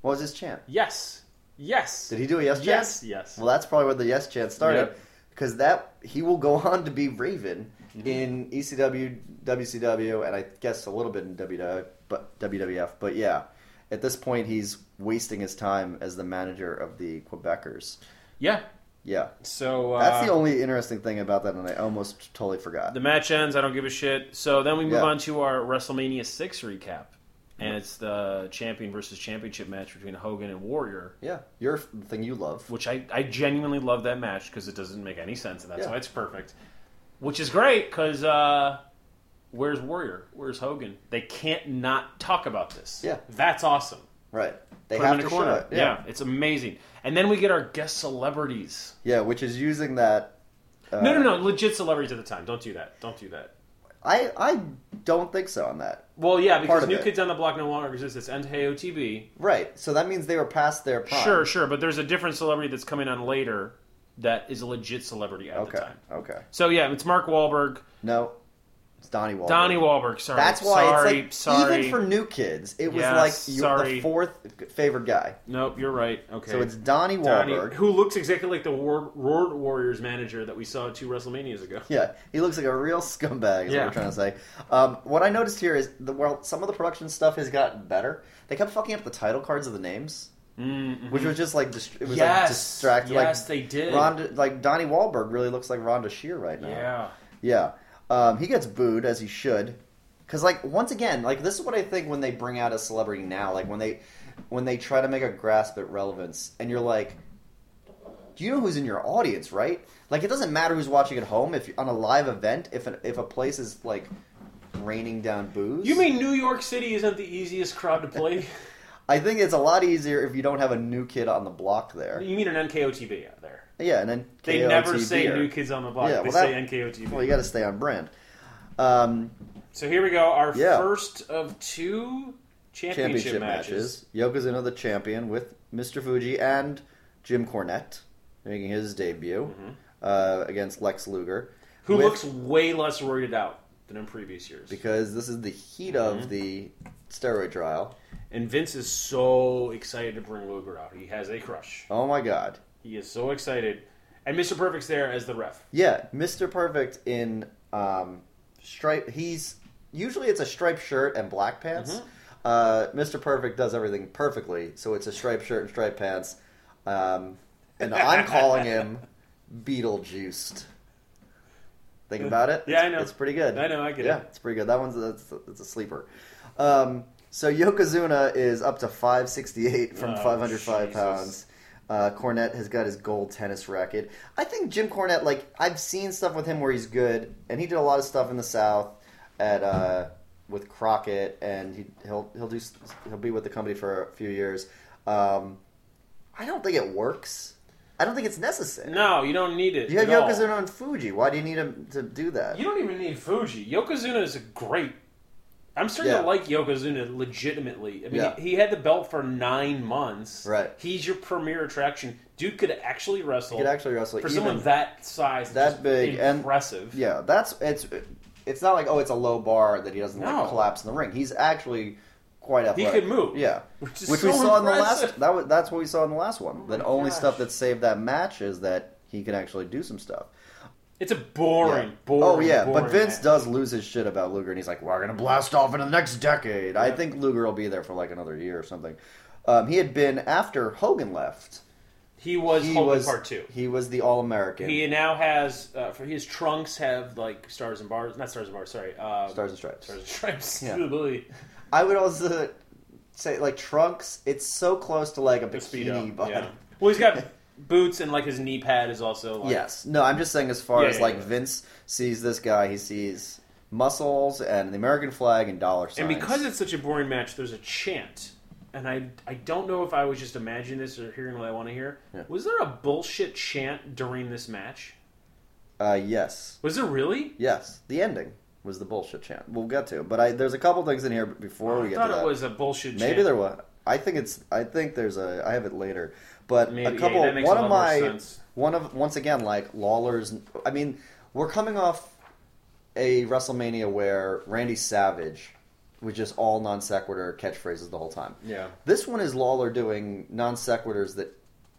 C: what was his chant?
B: Yes. Yes.
C: Did he do a yes chant?
B: Yes. Yes.
C: Well, that's probably where the yes chant started
B: Yep.
C: because that he will go on to be Raven
B: Mm-hmm.
C: in E ECW, WCW, and I guess a little bit in WW, but WWF. But yeah, at this point, he's wasting his time as the manager of the Quebecers.
B: yeah.
C: Yeah,
B: So uh,
C: that's the only interesting thing about that, and I almost totally forgot.
B: the match ends. I don't give a shit. So then we move
C: Yeah.
B: on to our WrestleMania six recap, and it's the champion versus championship match between Hogan and Warrior,
C: yeah, your f- thing you love.
B: which I I genuinely love that match because it doesn't make any sense, and that's
C: Yeah.
B: why it's perfect. Which is great because uh, where's Warrior? Where's Hogan? They can't not talk about this.
C: Yeah.
B: that's awesome.
C: Right. They
B: Put him
C: have
B: in
C: to
B: a
C: show
B: corner.
C: it.
B: Yeah. it's amazing. And then we get our guest celebrities.
C: Yeah, which is using that. Uh,
B: No, no, no. Legit celebrities at the time. Don't do that. Don't do that.
C: I I don't think so on that.
B: Well, yeah, because
C: of
B: New
C: it.
B: Kids on the Block no longer exists. It's Entei OTB.
C: Right. So that means they were past their prime.
B: Sure, sure, but there's a different celebrity that's coming on later that is a legit celebrity at
C: Okay.
B: the time.
C: Okay.
B: So yeah, it's Mark Wahlberg,
C: No, it's Donnie Wahlberg.
B: Donnie Wahlberg. Sorry,
C: That's why
B: sorry,
C: it's like
B: sorry.
C: even for new kids, it was
B: Yeah,
C: like you're
B: sorry.
C: the fourth favorite guy.
B: nope, you're right. Okay,
C: So it's Donnie
B: Donnie,
C: Wahlberg.
B: who looks exactly like the War- Road Warriors manager that we saw two WrestleManias ago.
C: Yeah, he looks like a real scumbag. Is
B: Yeah.
C: what we're trying to say. Um, what I noticed here is the well, some of the production stuff has gotten better. They kept fucking up the title cards of the names,
B: Mm-hmm.
C: which was just like dist- it was like
B: yes,
C: distracting.
B: Yes,
C: like
B: they did.
C: Rhonda, like Donnie Wahlberg really looks like Rhonda Shear right now.
B: yeah,
C: Yeah. Um, he gets booed as he should. Cause like once again, like this is what I think when they bring out a celebrity now, like when they when they try to make a grasp at relevance, and you're like, do you know who's in your audience, right? Like it doesn't matter who's watching at home if on a live event, if an, if a place is like raining down booze.
B: you mean New York City isn't the easiest crowd to play?
C: I think it's a lot easier if you don't have a new kid on the block there.
B: you mean an NKOTB out there?
C: Yeah, and then
B: They never
C: KOTB
B: say
C: or-
B: New Kids on the Block.
C: Yeah,
B: they
C: well, that-
B: say NKOTB.
C: Well, you got to stay on brand. Um,
B: So here we go. Our
C: Yeah.
B: first of two championship,
C: championship
B: matches.
C: matches. Yokozuna the champion with Mr. Fuji and Jim Cornette making his debut
B: Mm-hmm.
C: uh, against Lex Luger.
B: Who
C: with-
B: looks way less roided out than in previous years.
C: because this is the heat
B: Mm-hmm.
C: of the steroid trial.
B: and Vince is so excited to bring Luger out. He has a crush.
C: Oh my god.
B: He is so excited. And Mr. Perfect's there as the ref.
C: Yeah, Mr. Perfect in um, stripe. He's usually it's a striped shirt and black pants.
B: Mm-hmm.
C: Uh, Mr. Perfect does everything perfectly, so it's a striped shirt and striped pants. Um, and I'm calling him Beetlejuiced. Think about it.
B: Yeah, I know.
C: It's pretty good.
B: I know, I get
C: yeah,
B: it.
C: it's pretty good. That one's a, it's a, it's a sleeper. Um, so Yokozuna is up to 568 from
B: Oh,
C: 505
B: Jesus.
C: pounds. Uh, Cornette has got his gold tennis racket. I think Jim Cornette, like I've seen stuff with him where he's good, and he did a lot of stuff in the South at uh, with Crockett, and he, he'll he'll do he'll be with the company for a few years. Um, I don't think it works. I don't think it's necessary.
B: No, you don't need it.
C: you have
B: at all.
C: Yokozuna on Fuji. Why do you need him to do that?
B: You don't even need Fuji. Yokozuna is a great. I'm starting
C: Yeah.
B: to like Yokozuna legitimately. I mean,
C: Yeah.
B: he, he had the belt for nine months.
C: Right.
B: He's your premier attraction. Dude could actually wrestle.
C: He could actually wrestle
B: for
C: even-
B: someone that size, it's
C: that
B: just
C: big and-
B: impressive.
C: Yeah, that's it's. It's not like oh, it's a low bar that he doesn't
B: No.
C: like collapse in the ring. He's actually quite athletic.
B: could move.
C: Yeah,
B: Which
C: which,
B: is
C: we
B: so
C: saw in the
B: impressive. Oh
C: last. That was that's what we saw in the last one. the
B: my
C: only
B: gosh.
C: stuff that saved that match is that he can actually do some stuff.
B: It's a boring,
C: Yeah.
B: boring.
C: oh yeah,
B: boring
C: but Vince
B: match.
C: does lose his shit about Luger, and he's like, "We're gonna blast off into the next decade." I
B: Yeah.
C: think Luger will be there for like another year or something. Um, he had been after Hogan left.
B: He was
C: He
B: Hogan
C: was
B: Part Two.
C: He was the All American.
B: He now has uh, for his trunks have like stars and bars, not stars and bars. Sorry, uh,
C: Stars and Stripes.
B: Stars and stripes.
C: Yeah.
B: Really.
C: I would also say like trunks. It's so close to like a
B: The
C: bikini
B: speedo.
C: body.
B: Yeah. Well, he's got boots and like his knee pad is also. Like,
C: Yes. No, I'm just saying as far
B: Yeah,
C: as
B: yeah,
C: like
B: yeah.
C: Vince sees this guy, he sees muscles and the American flag and dollar signs.
B: And because it's such a boring match, there's a chant. And I, I don't know if I was just imagining this or hearing what I want to hear.
C: Yeah.
B: Was there a bullshit chant during this match?
C: uh, yes,
B: Was there really?
C: yes, the ending was the bullshit chant. We'll get to, it. but I there's a couple things in here before we
B: I
C: get
B: thought
C: to that.
B: it was a bullshit
C: Maybe
B: chant.
C: there was. I think it's. I think there's a. I have it later, but
B: Maybe,
C: a
B: yeah,
C: couple.
B: that makes
C: one
B: a
C: of
B: lot more
C: my.
B: sense.
C: One of once again like Lawler's. I mean, we're coming off a WrestleMania where Randy Savage was just all non sequitur catchphrases the whole time.
B: Yeah.
C: This one is Lawler doing non sequiturs that,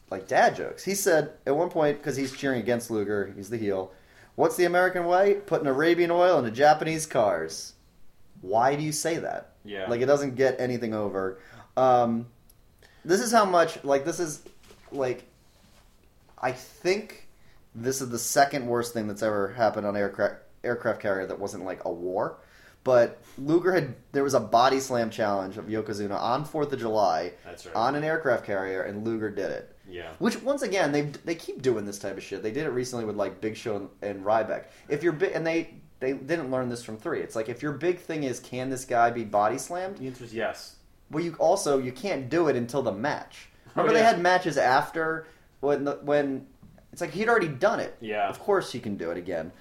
C: like dad jokes. He said at one point because he's cheering against Luger, he's the heel. What's the American way? Putting Arabian oil into Japanese cars. Why do you say that?
B: Yeah.
C: Like it doesn't get anything over. Um, this is how much like this is like I think this is the second worst thing that's ever happened on aircraft aircraft carrier that wasn't like a war. But Luger had there was a body slam challenge of Yokozuna on Fourth of July
B: That's right.
C: on an aircraft carrier, and Luger did it.
B: Yeah.
C: Which once again they they keep doing this type of shit. They did it recently with like Big Show and, and Ryback. If you're big and they they didn't learn this from three. It's like if your big thing is can this guy be body slammed?
B: The answer is yes.
C: Well, you also you can't do it until the match.
B: Oh,
C: Remember
B: yeah.
C: they had matches after when the, when it's like he'd already done it.
B: Yeah.
C: of course he can do it again.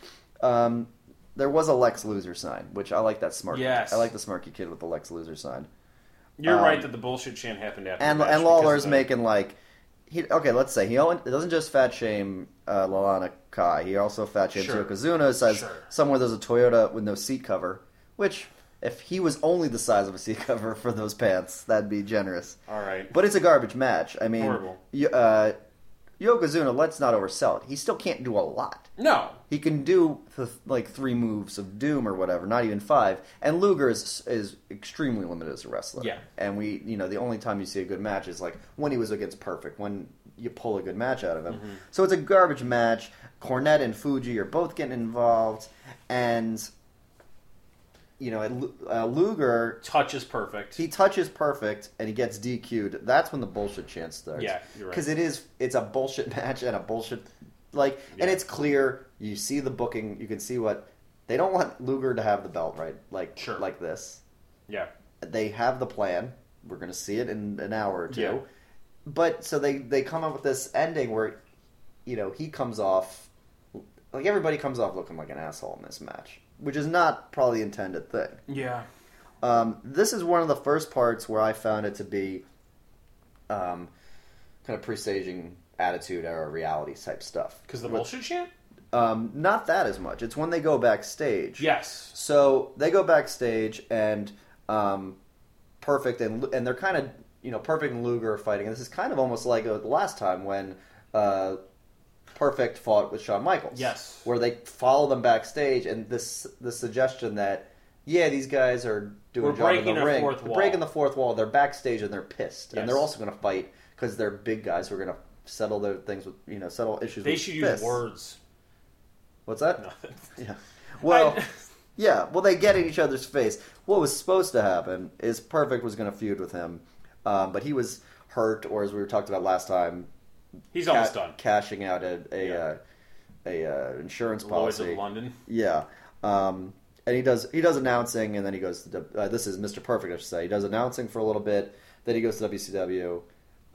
C: Um, there was a Lex Loser sign, which I like that smirky.
B: Yes.
C: I like the smirky kid with the Lex Loser sign.
B: You're
C: Um,
B: right that the bullshit chant happened after.
C: And
B: the match
C: and Lawler's
B: because of the-
C: making like he okay. Let's say he only, doesn't just fat shame uh, Lalana Kai. He also fat shames
B: Sure.
C: Yokozuna. Says
B: Sure.
C: somewhere there's a Toyota with no seat cover, which. If he was only the size of a seat cover for those pants, that'd be generous.
B: All right.
C: But it's a garbage match. I mean,
B: Horrible.
C: y- uh, Yokozuna, let's not oversell it. He still can't do a lot.
B: No.
C: He can do th- like three moves of Doom or whatever, not even five. And Luger is is extremely limited as a wrestler.
B: Yeah.
C: And we, you know, the only time you see a good match is like when he was against Perfect, when you pull a good match out of him. So it's a garbage match. Cornette and Fuji are both getting involved, and you know, and Lu- uh, Luger
B: Touch is perfect.
C: he touches perfect and he gets DQ'd. That's when the bullshit chance starts.
B: Yeah, you're right.
C: Because it is it's a bullshit match and a bullshit like and
B: Yeah.
C: it's clear you see the booking, you can see what they don't want Luger to have the belt, right? Like
B: Sure.
C: like this.
B: yeah.
C: They have the plan. We're gonna see it in an hour or two.
B: Yeah.
C: But so they they come up with this ending where you know, he comes off like everybody comes off looking like an asshole in this match. Which is not probably the intended thing.
B: Yeah.
C: Um, this is one of the first parts where I found it to be um, kind of presaging attitude era reality type stuff.
B: Because the
C: With-
B: bullshit chant.
C: Um, not that as much. It's when they go backstage.
B: Yes.
C: So they go backstage and um, Perfect and Lu- and they're kind of you know Perfect and Luger are fighting. And this is kind of almost like uh, the last time when uh, Perfect fought with Shawn Michaels.
B: Yes.
C: where they follow them backstage and this the suggestion that yeah these guys are doing
B: We're
C: a job in
B: breaking
C: the
B: a
C: ring,
B: fourth
C: They're
B: wall.
C: breaking the fourth wall. They're backstage and they're pissed and they're
B: Yes.
C: also going to fight because they're big guys who are going to settle their things with you know settle issues.
B: They
C: with
B: should use
C: fists.
B: words.
C: What's that?
B: Nothing.
C: Yeah. Well.
B: I-
C: Yeah, well, they get in each other's face. What was supposed to happen is Perfect was going to feud with him, um, but he was hurt, or as we were talked about last time,
B: he's almost
C: ca-
B: done.
C: cashing out a a,
B: Yeah.
C: uh, a uh, insurance
B: Lloyd's
C: policy.
B: of London.
C: Yeah, um, and he does he does announcing, and then he goes to the- uh, this is Mr. Perfect, I should say. He does announcing for a little bit, then he goes to WCW,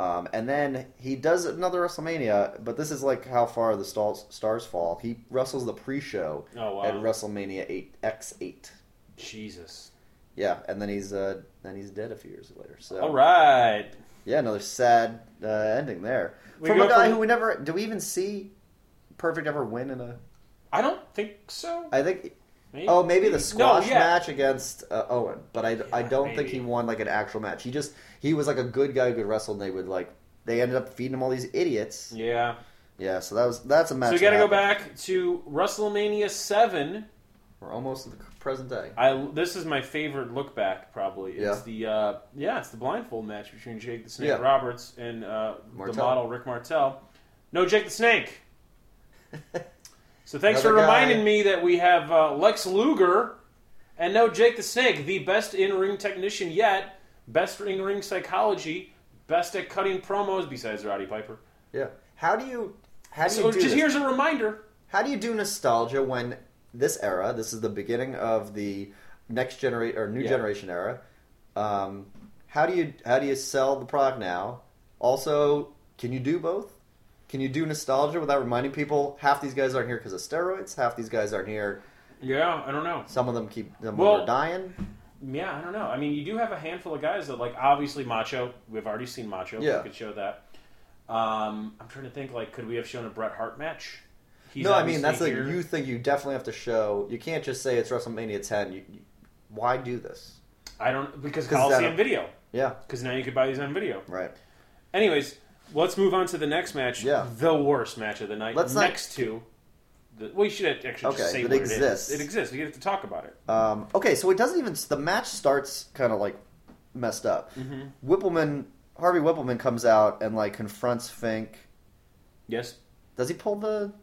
C: um, and then he does another WrestleMania. But this is like how far the stars, stars fall. He wrestles the pre-show
B: Oh wow.
C: at WrestleMania eight X eight.
B: Jesus.
C: Yeah, and then he's uh, then he's dead a few years later. So
B: All right.
C: yeah, another sad uh, ending there
B: We
C: from
B: go
C: a guy
B: from-
C: who we never do we even see perfect ever win in a.
B: I don't think so.
C: I think
B: Maybe.
C: oh maybe the
B: No,
C: squash
B: yeah.
C: match against uh, Owen, but I, I
B: Yeah,
C: don't think
B: maybe.
C: he won like an actual match. He just he was like a good guy who could wrestle, and they would like they ended up feeding him all these idiots. Yeah,
B: Yeah.
C: so that was that's a match.
B: So we
C: that
B: got to go
C: happened.
B: back to WrestleMania seven.
C: We're almost to the present day.
B: I this is my favorite look back probably. It's
C: Yeah.
B: the uh, yeah, it's the blindfold match between Jake the Snake
C: Yeah.
B: Roberts and uh, the
C: Martel.
B: model Rick Martel. No, Jake the Snake. So thanks for
C: Another guy.
B: reminding me that we have uh, Lex Luger and no Jake the Snake, the best in ring technician yet, best in ring psychology, best at cutting promos besides Roddy Piper.
C: Yeah, how do you how do
B: So
C: you do
B: just
C: this?
B: here's a reminder.
C: How do you do nostalgia when this era, this is the beginning of the next generation or new
B: Yeah.
C: generation era? Um, how do you how do you sell the product now? Also, can you do both? Can you do nostalgia without reminding people half these guys aren't here because of steroids? Half these guys aren't here.
B: Yeah, I don't know.
C: Some of them keep them
B: Well-
C: are dying.
B: Yeah, I don't know. I mean, you do have a handful of guys that, like, obviously Macho. We've already seen Macho.
C: Yeah.
B: We could show that. Um, I'm trying to think, like, could we have shown a Bret Hart match? He's
C: no, I mean
B: obviously
C: that's the
B: here.
C: you think you definitely have to show. You can't just say it's WrestleMania 10. You, you, why do this?
B: I don't because
C: 'Cause
B: Coliseum
C: that-
B: video
C: Yeah,
B: because now you could buy these on video.
C: right.
B: Anyways, let's move on to the next match.
C: Yeah.
B: The worst match of the night.
C: Let's not-
B: next to. The, we should actually
C: Okay,
B: just say
C: it
B: what it
C: exists.
B: is. It exists. We have to talk about it.
C: Um, okay, so it doesn't even. The match starts kind of like messed up.
B: Mm-hmm.
C: Whippleman, Harvey Whippleman comes out and like confronts Fink.
B: Yes.
C: Does he pull the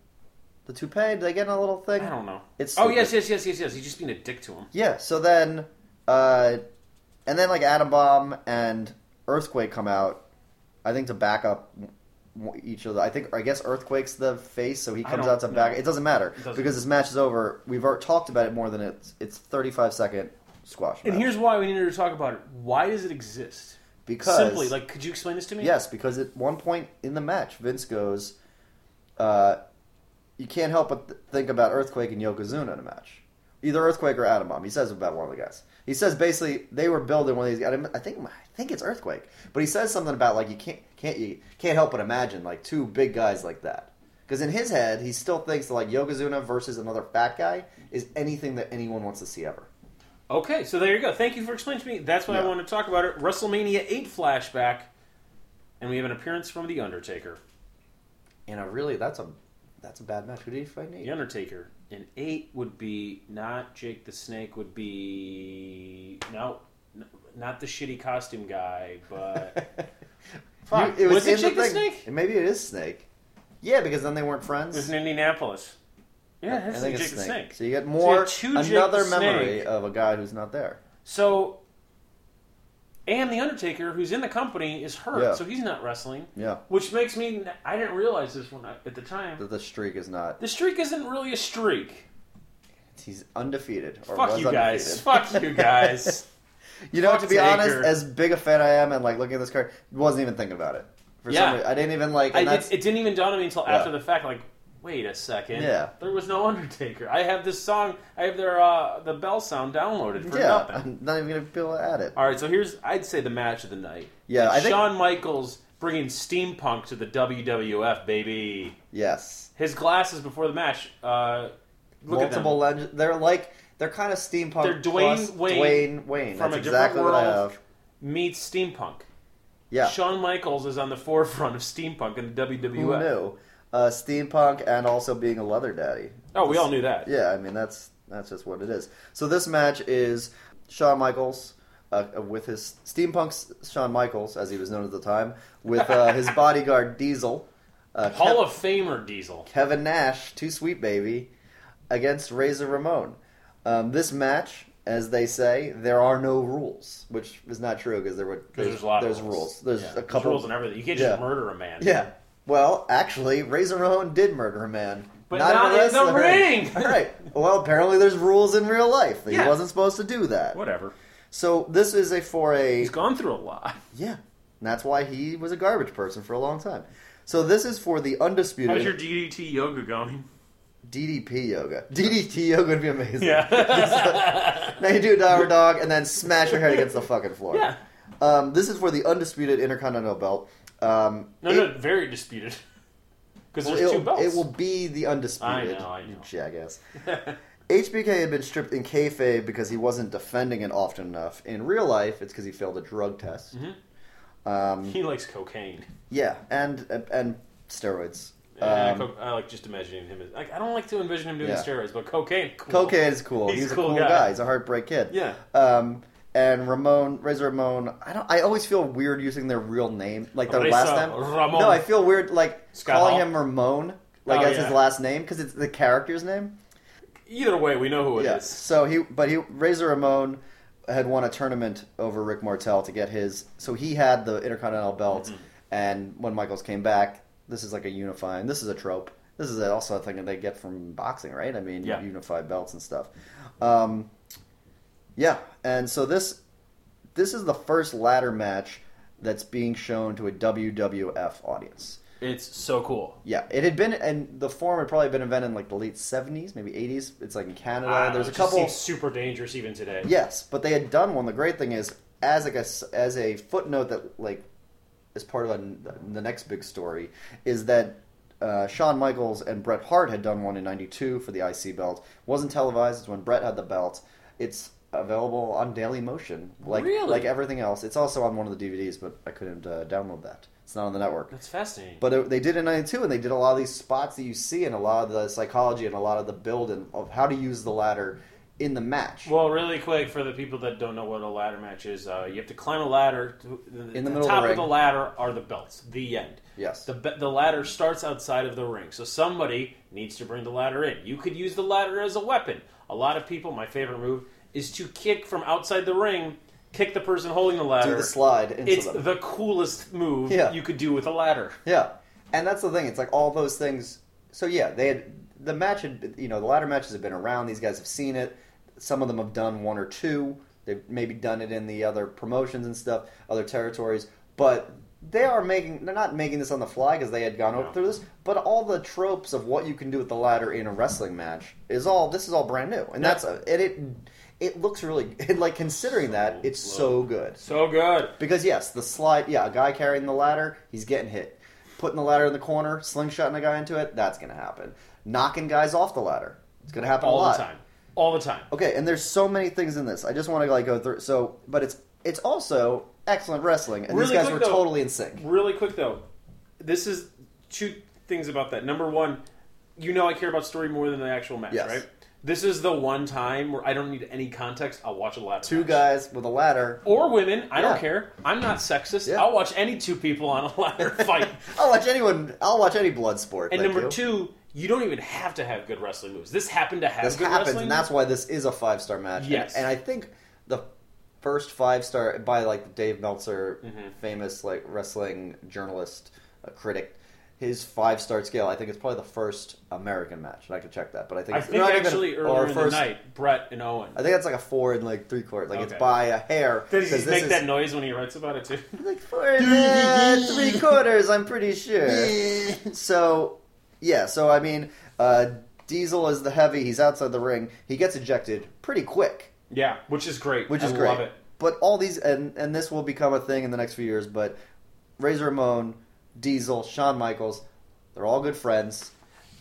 C: the toupee? Did they get in a little
B: I
C: thing?
B: don't know.
C: It's
B: oh yes,
C: stupid.
B: yes, yes, yes, yes. He's just being a dick to him.
C: Yeah. So then, uh, and then like Atom Bomb and Earthquake come out. I think to back up w- each of the. I think I guess Earthquake's the face, so he
B: I
C: comes
B: don't
C: out to back.
B: know.
C: It doesn't matter
B: It doesn't.
C: because this match is over. We've already talked about it more than it's it's thirty five second squash.
B: And
C: match.
B: here's why we needed to talk about it. Why does it exist?
C: because
B: Simply, like, could you explain this to me?
C: Yes, because at one point in the match, Vince goes, uh, "You can't help but th- think about Earthquake and Yokozuna in a match." either Earthquake or Adamom. He says about one of the guys. He says basically they were building one of these. I don't- I think I think it's Earthquake, but he says something about like you can't can't you can't help but imagine like two big guys like that. Because in his head, he still thinks that like Yokozuna versus another fat guy is anything that anyone wants to see ever.
B: Okay, so there you go. Thank you for explaining to me. That's what I
C: Yeah.
B: wanted to talk about. It WrestleMania eight flashback, and we have an appearance from the Undertaker.
C: And I really, that's a that's a bad match. Who did he fight? Nate?
B: The Undertaker. And eight would be not Jake the Snake. Would be no, n- not the shitty costume guy, but Fuck,
C: You-
B: was it
C: in
B: Jake the
C: thing.
B: Snake?
C: And maybe it is Snake. Yeah, because then they weren't
B: it was
C: friends.
B: in Indianapolis. Yeah, that's
C: I think
B: Jake
C: it's
B: the Snake.
C: So you get more
B: So you get two Jake
C: another
B: the
C: memory
B: Snake.
C: of a guy who's not there.
B: So, and the Undertaker, who's in the company, is hurt,
C: Yeah.
B: so he's not wrestling.
C: Yeah,
B: Which makes me I didn't realize this one at the time.
C: that the streak is not.
B: The streak isn't really a streak.
C: He's undefeated. Or
B: Fuck
C: was
B: you guys.
C: undefeated.
B: Fuck you guys.
C: you know,
B: Fuck
C: to be
B: Taker.
C: honest, as big a fan I am, and like looking at this card, wasn't even thinking about it. For
B: Yeah.
C: some reason, I didn't even like.
B: I
C: And
B: did,
C: that's,
B: it didn't even dawn on me until
C: Yeah.
B: after the fact. Like, wait a second.
C: Yeah.
B: There was no Undertaker. I have this song. I have their uh, the bell sound downloaded for
C: yeah,
B: nothing.
C: I'm not even gonna feel at it.
B: All right. So here's I'd say the match of the night.
C: Yeah, I think-
B: Shawn Michaels bringing steampunk to the WWF baby.
C: Yes,
B: His glasses before the match. Uh, look
C: multiple
B: at
C: legends. They're like they're kind of steampunk.
B: They're Dwayne
C: plus
B: Wayne
C: Dwayne Wayne.
B: from
C: That's
B: a different
C: exactly what I
B: world.
C: have.
B: them. Meets steampunk.
C: Yeah,
B: Shawn Michaels is on the forefront of steampunk in the WWF.
C: Who knew? Uh, steampunk and also being a leather daddy.
B: Oh, we all knew that.
C: Yeah, I mean that's that's just what it is. So this match is Shawn Michaels uh, with his steampunk's Shawn Michaels, as he was known at the time, with uh, his bodyguard Diesel, uh, Kev-
B: Hall of Famer Diesel.
C: Kevin Nash, Too Sweet Baby, against Razor Ramon. Um, this match, as they say, there are no rules, which is not true because there were
B: Because there's a lot
C: there's
B: of rules.
C: There's
B: Yeah,
C: a couple
B: rules and everything. You can't just
C: Yeah.
B: murder a man.
C: Yeah. Well, actually, Razor Ramon did murder a man.
B: But not in the
C: wrestler.
B: ring!
C: All right. Well, apparently there's rules in real life that
B: Yeah.
C: he wasn't supposed to do that.
B: Whatever.
C: So this is a foray.
B: He's gone through a lot.
C: Yeah. And that's why he was a garbage person for a long time. So this is for the undisputed
B: How's your DDT yoga going?
C: DDP yoga. DDT yoga would be amazing.
B: Yeah.
C: now you do a dollar dog and then smash your head against the fucking floor.
B: yeah.
C: Um, this is for the undisputed Intercontinental Belt. Um,
B: No,
C: it-
B: no, very disputed. Because
C: Well,
B: there's
C: it'll-
B: two belts.
C: It will be the undisputed.
B: I know, I know.
C: You jackass. HBK had been stripped in kayfabe because he wasn't defending it often enough. In real life, it's because he failed a drug test.
B: Mm-hmm.
C: Um,
B: He likes cocaine.
C: yeah, and and steroids.
B: Yeah,
C: Um,
B: co- I like just imagining him. As, like, I don't like to envision him doing
C: Yeah.
B: steroids, but cocaine. Cool.
C: Cocaine is cool. He's, a cool guy. He's a heartbreak kid.
B: Yeah.
C: Um, and Ramon, Razor Ramon. I don't. I always feel weird using their real name, like their
B: Razor
C: last name.
B: Ramon.
C: No, I feel weird like
B: Scott
C: calling
B: Hall?
C: him Ramon, like
B: Oh,
C: as
B: yeah.
C: his last name, because it's the character's name.
B: Either way, we know who it is.
C: Yeah. So he, but he, Razor Ramon had won a tournament over Rick Martel to get his. So he had the Intercontinental belt,
B: Mm-hmm.
C: and when Michaels came back, this is like a unifying. This is a trope. This is also a thing that they get from boxing, right? I mean,
B: Yeah.
C: unified belts and stuff. Um, yeah, and so this this is the first ladder match that's being shown to a WWF audience.
B: It's so cool.
C: Yeah, it had been, and the form had probably been invented in like the late seventies, maybe eighties. It's like in
B: I
C: Canada.
B: Ah, don't know,
C: Uh, There's
B: it
C: a
B: just
C: couple.
B: seems super dangerous even today.
C: Yes, but they had done one. The great thing is, as like a s- as a footnote that like is part of a, the next big story is that uh, Shawn Michaels and Bret Hart had done one in '92 for the IC belt. wasn't televised. It's when Bret had the belt. It's available on Daily Motion, like
B: Really?
C: like everything else. It's also on one of the DVDs, but I couldn't uh, download that. It's not on the network.
B: That's fascinating.
C: But it, they did it in '92, and they did a lot of these spots that you see, and a lot of the psychology, and a lot of the building of how to use the ladder in the match.
B: Well, really quick for the people that don't know what a ladder match is, uh, you have to climb a ladder. To,
C: In the middle of
B: top
C: the
B: of the
C: ring.
B: ladder are the belts. The end.
C: Yes.
B: The be- the ladder starts outside of the ring, so somebody needs to bring the ladder in. You could use the ladder as a weapon. A lot of people, my favorite move is to kick from outside the ring, kick the person holding the ladder.
C: do the slide into
B: it's
C: them.
B: the coolest move
C: Yeah.
B: you could do with a ladder.
C: yeah, and that's the thing. It's like all those things. So yeah, they had the match had been- you know the ladder matches have been around. These guys have seen it. Some of them have done one or two. They've maybe done it in the other promotions and stuff, other territories. But they are making they're not making this on the fly because they had gone over
B: No.
C: through this but all the tropes of what you can do with the ladder in a wrestling match is all this is all brand new and
B: Yeah.
C: that's a, and it it looks really like considering that it's so
B: slow.
C: good
B: So good.
C: because yes the slide yeah a guy carrying the ladder he's getting hit putting the ladder in the corner slingshotting a guy into it that's gonna happen knocking guys off the ladder it's gonna happen a
B: All
C: lot
B: the time. All the time.
C: Okay, and there's so many things in this. I just want to like go through. So, but it's it's also excellent wrestling, and
B: Really
C: these guys
B: quick,
C: were
B: though.
C: totally in sync.
B: Really quick though, this is two things about that. Number one, you know I care about story more than the actual match,
C: Yes.
B: right? This is the one time where I don't need any context. I'll watch a ladder.
C: Two
B: match.
C: guys with a ladder.
B: or women. I don't
C: Yeah.
B: care. I'm not sexist.
C: Yeah.
B: I'll watch any two people on a ladder fight.
C: I'll watch anyone. I'll watch any blood sport.
B: and
C: thank
B: number
C: you.
B: two, you don't even have to have good wrestling moves. This happened to have
C: this
B: good
C: happens,
B: wrestling.
C: and that's why this is a five star match. And-
B: Yes.
C: and, I think the first five star by like Dave Meltzer,
B: Mm-hmm.
C: famous like wrestling journalist uh, critic. His five star scale, I think it's probably the first American match, and I could check that. But I think
B: I
C: it's
B: think
C: not even-
B: actually
C: or
B: earlier in the
C: first-
B: night, Brett and Owen.
C: I think that's like a four and like three quarter, like
B: Okay.
C: it's by a hair.
B: Does he
C: 'cause
B: just
C: this
B: make
C: is-
B: that noise when he writes about it too?
C: Like four and uh, three quarters, I'm pretty sure. so, yeah, so I mean, uh, Diesel is the heavy. He's outside the ring. He gets ejected pretty quick,
B: yeah, which is great.
C: which
B: I
C: is great.
B: Love it.
C: But all these, and, and this will become a thing in the next few years, but Razor Ramon, Diesel, Shawn Michaels, they're all good friends.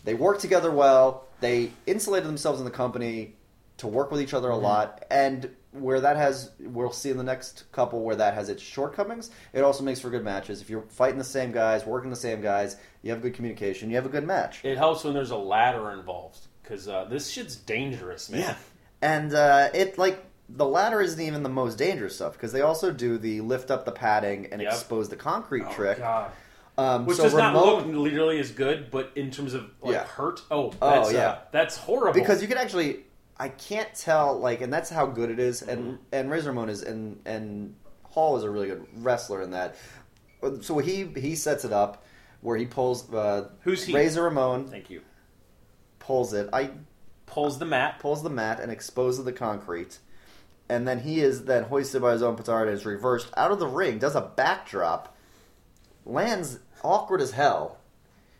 C: They work together well. They insulated themselves in the company to work with each other a
B: Mm-hmm.
C: lot. And where that has, we'll see in the next couple where that has its shortcomings. It also makes for good matches. If you're fighting the same guys, working the same guys, you have good communication, you have a good match.
B: It helps when there's a ladder involved because uh, this shit's dangerous, man.
C: And uh, it like the latter isn't even the most dangerous stuff because they also do the lift up the padding and
B: Yep.
C: expose the concrete
B: Oh,
C: trick.
B: God.
C: Um,
B: Which
C: so
B: does
C: Ramon,
B: not look literally as good, but in terms of like
C: Yeah.
B: hurt, oh,
C: Oh,
B: that's, uh,
C: yeah.
B: that's horrible.
C: because you can actually I can't tell like and that's how good it is
B: Mm-hmm.
C: and and Razor Ramon is and and Hall is a really good wrestler in that. So he he sets it up where he pulls uh,
B: Who's he?
C: Razor Ramon
B: Thank you.
C: pulls it. I
B: Pulls the mat.
C: pulls the mat and exposes the concrete. And then he is then hoisted by his own petard and is reversed out of the ring, does a backdrop, lands awkward as hell.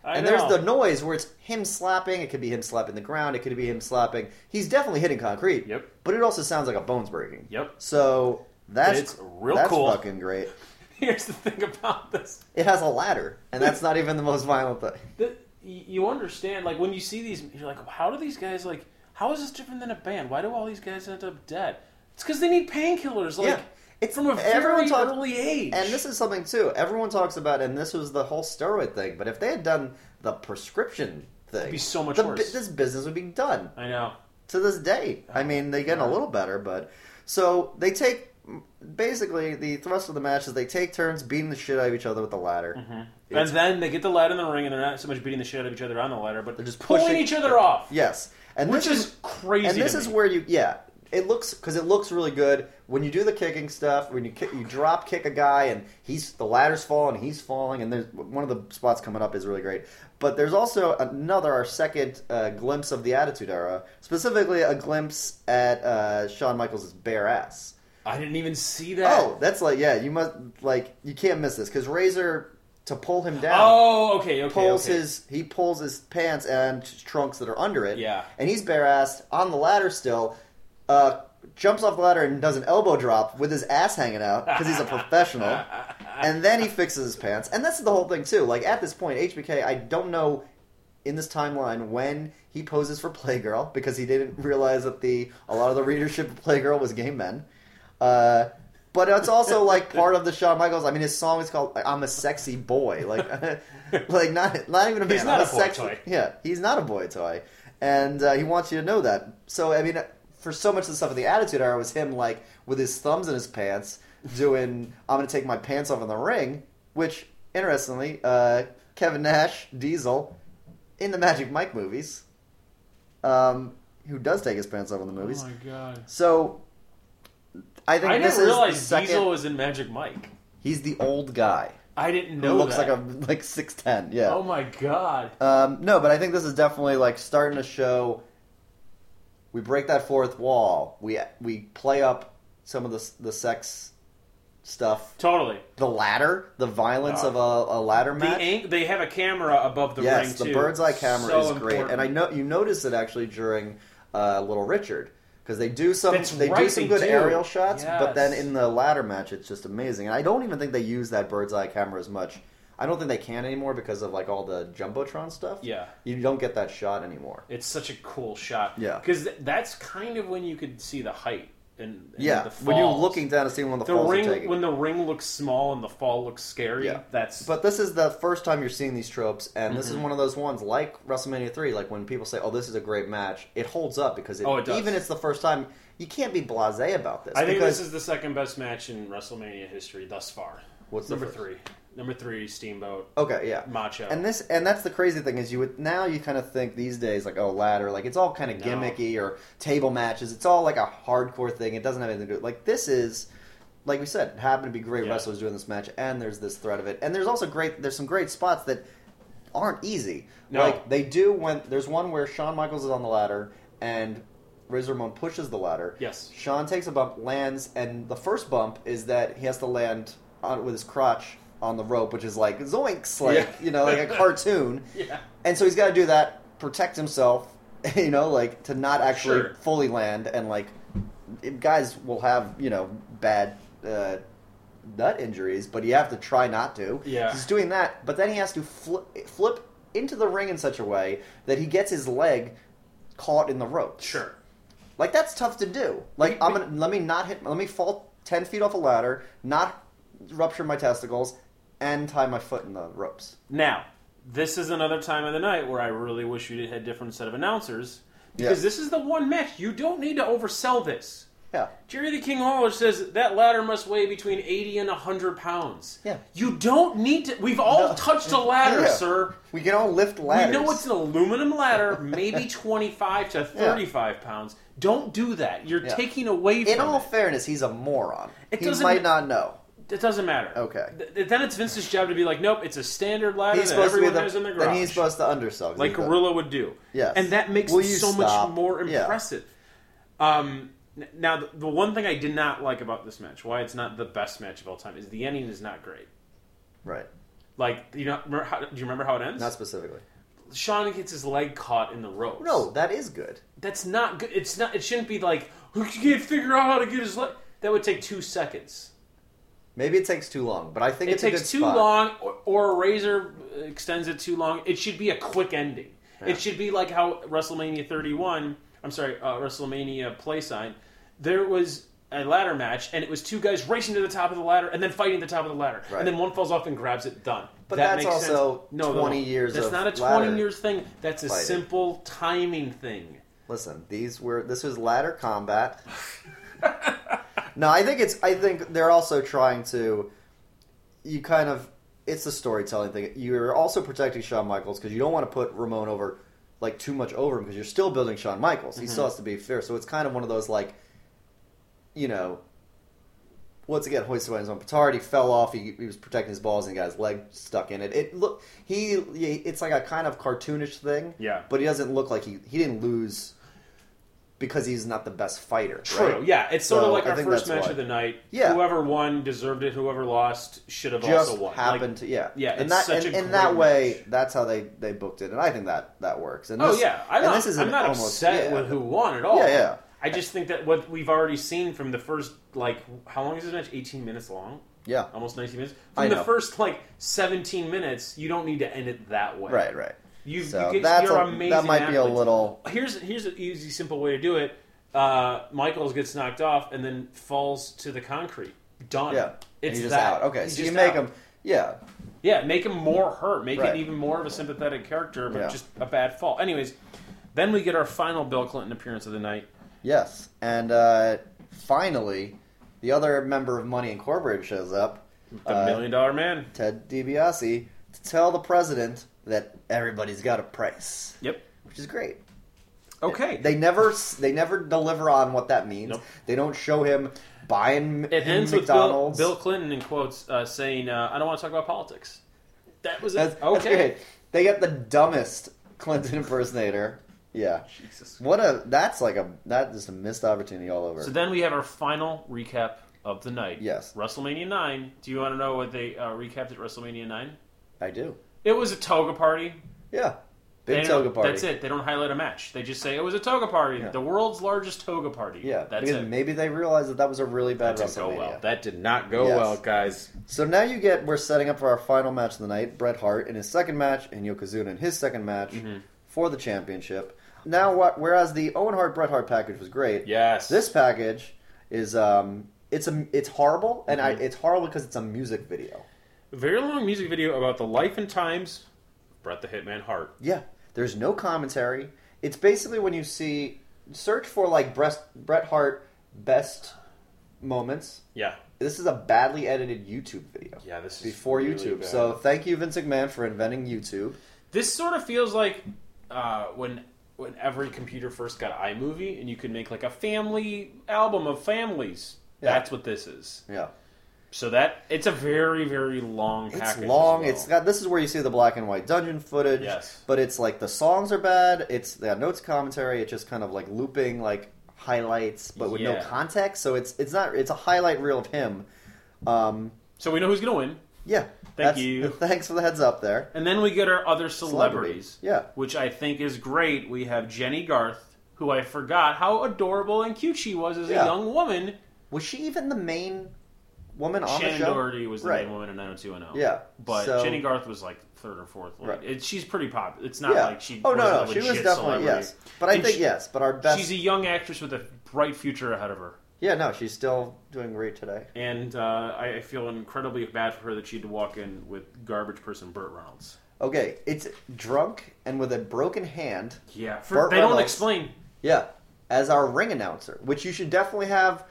B: I
C: and
B: know.
C: there's the noise where it's him slapping, it could be him slapping the ground, it could be him slapping. He's definitely hitting concrete.
B: Yep.
C: But it also sounds like a bones breaking.
B: Yep.
C: So that's
B: It's real
C: that's
B: cool.
C: fucking great.
B: Here's the thing about this.
C: It has a ladder, and that's not even the most violent thing.
B: The, y- you understand, like, when you see these, you're like, how do these guys, like, how is this different than a band? Why do all these guys end up dead? It's because they need painkillers, like,
C: Yeah.
B: it's from a very
C: everyone talks-
B: early age.
C: And this is something too. Everyone talks about, and this was the whole steroid thing. But if they had done the prescription thing,
B: be so much
C: the
B: worse.
C: bu- this business would be done
B: I know.
C: to this day. I mean, they get a little better, but so they take basically the thrust of the match is they take turns beating the shit out of each other with the ladder.
B: And then they get the ladder in the ring, and they're not so much beating the shit out of each other on the ladder, but
C: They're just
B: pulling
C: pushing-
B: each other off.
C: Yes, and
B: Which
C: this
B: is crazy
C: And this
B: to
C: is
B: me.
C: where you yeah. It looks because it looks really good when you do the kicking stuff. When you kick, you drop kick a guy and he's the ladder's falling, he's falling, and there's one of the spots coming up is really great. But there's also another our second uh, glimpse of the Attitude Era, specifically a glimpse at uh, Shawn Michaels' bare ass.
B: I didn't even see that.
C: Oh, that's like yeah, you must like you can't miss this because Razor to pull him down
B: Oh, okay, okay.
C: pulls
B: okay.
C: his he pulls his pants and trunks that are under it.
B: Yeah.
C: and he's bare assed on the ladder still. Uh, jumps off the ladder and does an elbow drop with his ass hanging out because he's a professional. and then he fixes his pants, and that's the whole thing too. Like at this point, HBK, I don't know in this timeline when he poses for Playgirl because he didn't realize that the a lot of the readership of Playgirl was gay men. Uh, but it's also like part of the Shawn Michaels. I mean, his song is called "I'm a Sexy Boy." Like, like not not even a man.
B: He's not
C: I'm
B: a boy
C: sexy,
B: toy.
C: Yeah, he's not a boy toy, and uh, he wants you to know that. So I mean, for so much of the stuff in the Attitude Era was him like with his thumbs in his pants doing "I'm going to take my pants off in the ring," which interestingly, uh, Kevin Nash, Diesel, in the Magic Mike movies, um, who does take his pants off in the movies.
B: Oh my god.
C: So I think
B: I
C: this
B: didn't realize
C: is the second.
B: Diesel was in Magic Mike.
C: He's the old guy
B: I didn't
C: who
B: know
C: looks
B: that.
C: like a like six ten. Yeah.
B: Oh my god.
C: Um, no, but I think this is definitely like starting to show. We break that fourth wall. We we play up some of the the sex stuff.
B: Totally.
C: The ladder, the violence of a, a ladder
B: The
C: match.
B: ang- they have a camera above the ring
C: yes, the
B: too.
C: bird's eye camera
B: So
C: is great,
B: important.
C: and I know you notice it actually during uh, Little Richard because they do some
B: That's
C: they do
B: right,
C: some
B: they
C: good
B: do.
C: aerial shots, but then
B: Yes.
C: in the ladder match, it's just amazing. And I don't even think they use that bird's eye camera as much. I don't think they can anymore because of like all the jumbotron stuff.
B: Yeah.
C: you don't get that shot anymore.
B: It's such a cool shot.
C: Yeah.
B: Because th- that's kind of when you could see the height and, and
C: yeah,
B: the
C: when you're
B: falls.
C: looking down to see when the,
B: the
C: falls are
B: ring
C: taking.
B: when the ring looks small and the fall looks scary.
C: Yeah.
B: That's
C: But this is the first time you're seeing these tropes, and this
B: Mm-hmm.
C: is one of those ones like WrestleMania 3. Like when people say, "Oh, this is a great match," it holds up because it,
B: Oh, it does.
C: even it's the first time. You can't be blasé about this.
B: I think
C: because
B: this is the second best match in WrestleMania history thus far.
C: What's the
B: number
C: first?
B: three? Number three, Steamboat
C: okay, yeah.
B: Macho.
C: And this and that's the crazy thing is you would now you kind of think these days like oh ladder like it's all kind of
B: No.
C: gimmicky or table matches it's all like a hardcore thing it doesn't have anything to do like this is like we said it happened to be great
B: Yeah.
C: wrestlers doing this match and there's this threat of it and there's also great there's some great spots that aren't easy
B: No.
C: like they do when there's one where Shawn Michaels is on the ladder and Razor Ramon pushes the ladder
B: Yes.
C: Sean takes a bump, lands, and the first bump is that he has to land on, with his crotch on the rope, which is like zoinks, like
B: Yeah.
C: you know, like a cartoon.
B: yeah.
C: And so he's got to do that, protect himself, you know, like to not actually
B: Sure.
C: fully land, and like it- guys will have you know bad. Uh, nut injuries but you have to try not to
B: Yeah.
C: he's doing that but then he has to flip, flip into the ring in such a way that he gets his leg caught in the rope
B: Sure.
C: like that's tough to do. Like I'm gonna let me not hit. Let me fall ten feet off a ladder, not rupture my testicles, and tie my foot in the ropes.
B: Now, this is another time of the night where I really wish you had a different set of announcers because
C: Yeah.
B: this is the one match you don't need to oversell this.
C: Yeah,
B: Jerry the King Lawler says that ladder must weigh between 80 and 100 pounds.
C: Yeah.
B: You don't need to. We've all
C: No.
B: touched a ladder,
C: Yeah.
B: sir.
C: we can all lift
B: We
C: ladders.
B: know it's an aluminum ladder, maybe 25 to 35 pounds. Don't do that. You're
C: Yeah.
B: taking away from
C: in all
B: it.
C: fairness, he's a moron.
B: It
C: he
B: doesn't-
C: might not know.
B: It doesn't matter.
C: Okay.
B: Th- then it's Vince's job to be like, nope, it's a standard ladder
C: He's
B: that
C: supposed to be
B: everyone
C: the.
B: has in the garage.
C: then he's supposed to undersell. 'cause
B: like
C: he's the-
B: Gorilla would do.
C: Yes.
B: And that makes
C: Will
B: it
C: you
B: so
C: stop?
B: much more
C: Yeah.
B: impressive. Um, n- now, the, the one thing I did not like about this match, why it's not the best match of all time, is the ending is not great.
C: Right.
B: Like, you know, remember how, do you remember how it ends?
C: Not specifically.
B: Sean gets his leg caught in the ropes.
C: No, that is good.
B: that's not good. It's not. It shouldn't be like "Who can't figure out how to get his leg. That would take two seconds.
C: Maybe it takes too long, but I think
B: It
C: it's a
B: takes
C: good
B: too
C: spot.
B: long, or, or a razor extends it too long. It should be a quick ending. It should be like how WrestleMania 31. I'm sorry, uh, WrestleMania play sign. There was a ladder match, and it was two guys racing to the top of the ladder and then fighting the top of the ladder,
C: Right.
B: and then one falls off and grabs it. Done.
C: But that's also 20 years
B: That's
C: of
B: not a 20
C: ladder
B: years thing. That's a
C: fighting.
B: simple timing thing.
C: Listen, these were this was ladder combat. no, I think it's I think they're also trying to you kind of it's the storytelling thing. You're also protecting Shawn Michaels because you don't want to put Ramon over like too much over him because you're still building Shawn Michaels. He still has to be fair. So it's kind of one of those like you know once again hoisted by his own petard. He fell off. He, he was protecting his balls and he got his leg stuck in it. It look he it's like a kind of cartoonish thing.
B: Yeah.
C: but he doesn't look like he he didn't lose because he's not the best fighter.
B: True.
C: right?
B: Yeah, it's sort
C: So,
B: of like
C: I
B: our
C: think
B: first
C: that's
B: match
C: why.
B: of the night.
C: Yeah.
B: Whoever won deserved it. Whoever lost should have
C: Just
B: also won. Like,
C: happened to yeah
B: yeah,
C: and
B: it's
C: that
B: such
C: and,
B: a
C: and that
B: great
C: way
B: match.
C: that's how they they booked it and I think that that works and
B: oh
C: this-
B: yeah, I'm
C: and
B: not,
C: this is
B: I'm
C: an
B: not
C: almost,
B: upset
C: yeah.
B: with who won at all.
C: Yeah, yeah.
B: I just think that what we've already seen from the first like how long is this match? 18 minutes long,
C: yeah
B: almost 19 minutes. From
C: I
B: the
C: know.
B: first like 17 minutes, you don't need to end it that way.
C: right right
B: You,
C: so
B: you get,
C: that's
B: you're
C: a,
B: amazing.
C: that might be a
B: athletes.
C: little
B: Here's here's an easy, simple way to do it. Uh, Michaels gets knocked off and then falls to the concrete. Done.
C: yeah
B: it's
C: he's just
B: that.
C: out okay
B: He's
C: so you
B: just
C: make
B: out.
C: him yeah
B: Yeah, make him more hurt. Make
C: Right.
B: it even more of a sympathetic character, but
C: Yeah.
B: just a bad fall. Anyways, then we get our final Bill Clinton appearance of the night.
C: Yes, and uh, finally, the other member of Money Incorporated shows up,
B: The
C: uh,
B: Million Dollar Man.
C: Ted DiBiase, to tell the president that everybody's got a price,
B: Yep.
C: which is great.
B: Okay.
C: They never s- they never deliver on what that means.
B: Nope.
C: They don't show him buying
B: it
C: him
B: ends with Bill,
C: McDonald's.
B: Bill Clinton in quotes uh, saying, uh, "I don't want to talk about politics." That was it.
C: That's- that's
B: okay.
C: great. They get the dumbest Clinton impersonator. Yeah.
B: Jesus.
C: What a that's like a that is a missed opportunity all over.
B: So then we have our final recap of the night.
C: Yes.
B: WrestleMania 9. Do you want to know what they uh, recapped at WrestleMania 9?
C: I do.
B: It was a toga party.
C: Yeah.
B: They
C: Big
B: don't-
C: toga party.
B: That's it. They don't highlight a match. They just say it was a toga party,
C: Yeah.
B: the world's largest toga party.
C: Yeah.
B: that's
C: because
B: it.
C: Maybe they realized that that was a really bad
B: That didn't go
C: WrestleMania.
B: well. That did not go
C: Yes.
B: well, guys.
C: So now you get we're setting up for our final match of the night: Bret Hart in his second match, and Yokozuna in his second match
B: Mm-hmm.
C: for the championship. Now, what? Whereas the Owen Hart Bret Hart package was great,
B: Yes.
C: this package is um, it's a it's horrible, and
B: Mm-hmm.
C: I, it's horrible because it's a music video.
B: very long music video about the life and times of Bret the Hitman Hart.
C: Yeah, there's no commentary. It's basically when you see search for like Bret Bret Hart best moments.
B: Yeah.
C: This is a badly edited YouTube video.
B: Yeah, this is
C: Before
B: really
C: YouTube,
B: bad.
C: so thank you, Vince McMahon, for inventing YouTube.
B: This sort of feels like uh, when when every computer first got iMovie and you could make like a family album of families.
C: Yeah.
B: That's what this is.
C: Yeah.
B: So that it's a very very long.
C: It's
B: package as
C: long.
B: well.
C: It's got. This is where you see the black and white dungeon footage.
B: Yes.
C: But it's like the songs are bad. It's they got notes commentary. It's just kind of like looping like highlights, but with no
B: Yeah.
C: context. So it's it's not. It's a highlight reel of him. Um.
B: so we know who's gonna win,
C: Yeah. that's-
B: you.
C: Thanks for the heads up there.
B: and then we get our other celebrities,
C: Yeah.
B: which I think is great. We have Jenny Garth, who I forgot how adorable and cute she was as
C: Yeah.
B: a young woman.
C: Was she even the main woman on
B: Shannon
C: the show?
B: Doherty was the
C: Right.
B: main woman in 90210.
C: Yeah,
B: But
C: so-
B: Jenny Garth was like third or fourth. Like,
C: Right.
B: it, she's pretty popular. It's not
C: yeah.
B: like she
C: oh no,
B: was
C: no,
B: a
C: she was
B: legit
C: definitely
B: celebrity.
C: yes. But I
B: And
C: think
B: she-
C: yes. But our best.
B: She's e- a young actress with a bright future ahead of her.
C: yeah. No, she's still doing great today.
B: And uh, I I feel incredibly bad for her that she had to walk in with garbage person Burt Reynolds.
C: Okay, it's drunk and with a broken hand.
B: Yeah,
C: Burt
B: they
C: Reynolds.
B: don't explain.
C: Yeah, as our ring announcer, which you should definitely have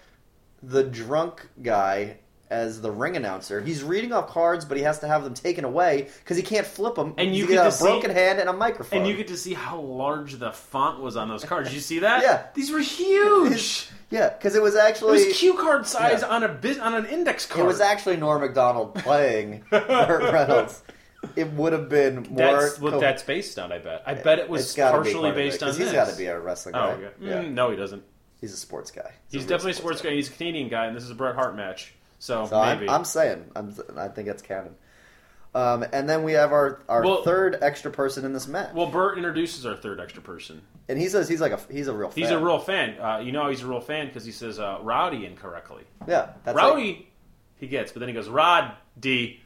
C: the drunk guy as the ring announcer. He's reading off cards, but he has to have them taken away because he can't flip them.
B: And you
C: he
B: get
C: got
B: to
C: a broken
B: see-
C: hand and a microphone.
B: And you get to see how large the font was on those cards. Did you see that?
C: Yeah.
B: these were huge.
C: yeah, because it was
B: It
C: actually
B: was cue card size
C: Yeah.
B: on a bus on an index
C: it
B: card.
C: was actually Norm Macdonald playing Burt Reynolds. It would have been more.
B: That's what
C: co-
B: that's based on. I bet. I bet it was
C: it's gotta be
B: partially
C: part of it,
B: based on
C: 'cause
B: this.
C: He's got to be a wrestling
B: Oh,
C: guy.
B: okay.
C: Yeah,
B: Mm, no, he doesn't.
C: he's a sports guy.
B: He's,
C: a real
B: definitely a sports guy. He's a Canadian guy, and this is a Bret Hart match. So,
C: So I'm,
B: maybe.
C: I'm saying, I'm, I think that's canon. Um, and then we have our, our
B: Well-
C: third extra person in this match,
B: well, Burt introduces our third extra person.
C: and he says he's like a he's a real fan.
B: He's a real fan. Uh, you know, he's a real fan because he says uh, Rowdy incorrectly.
C: yeah that's
B: Rowdy,
C: like-
B: he gets, but then he goes Rod D.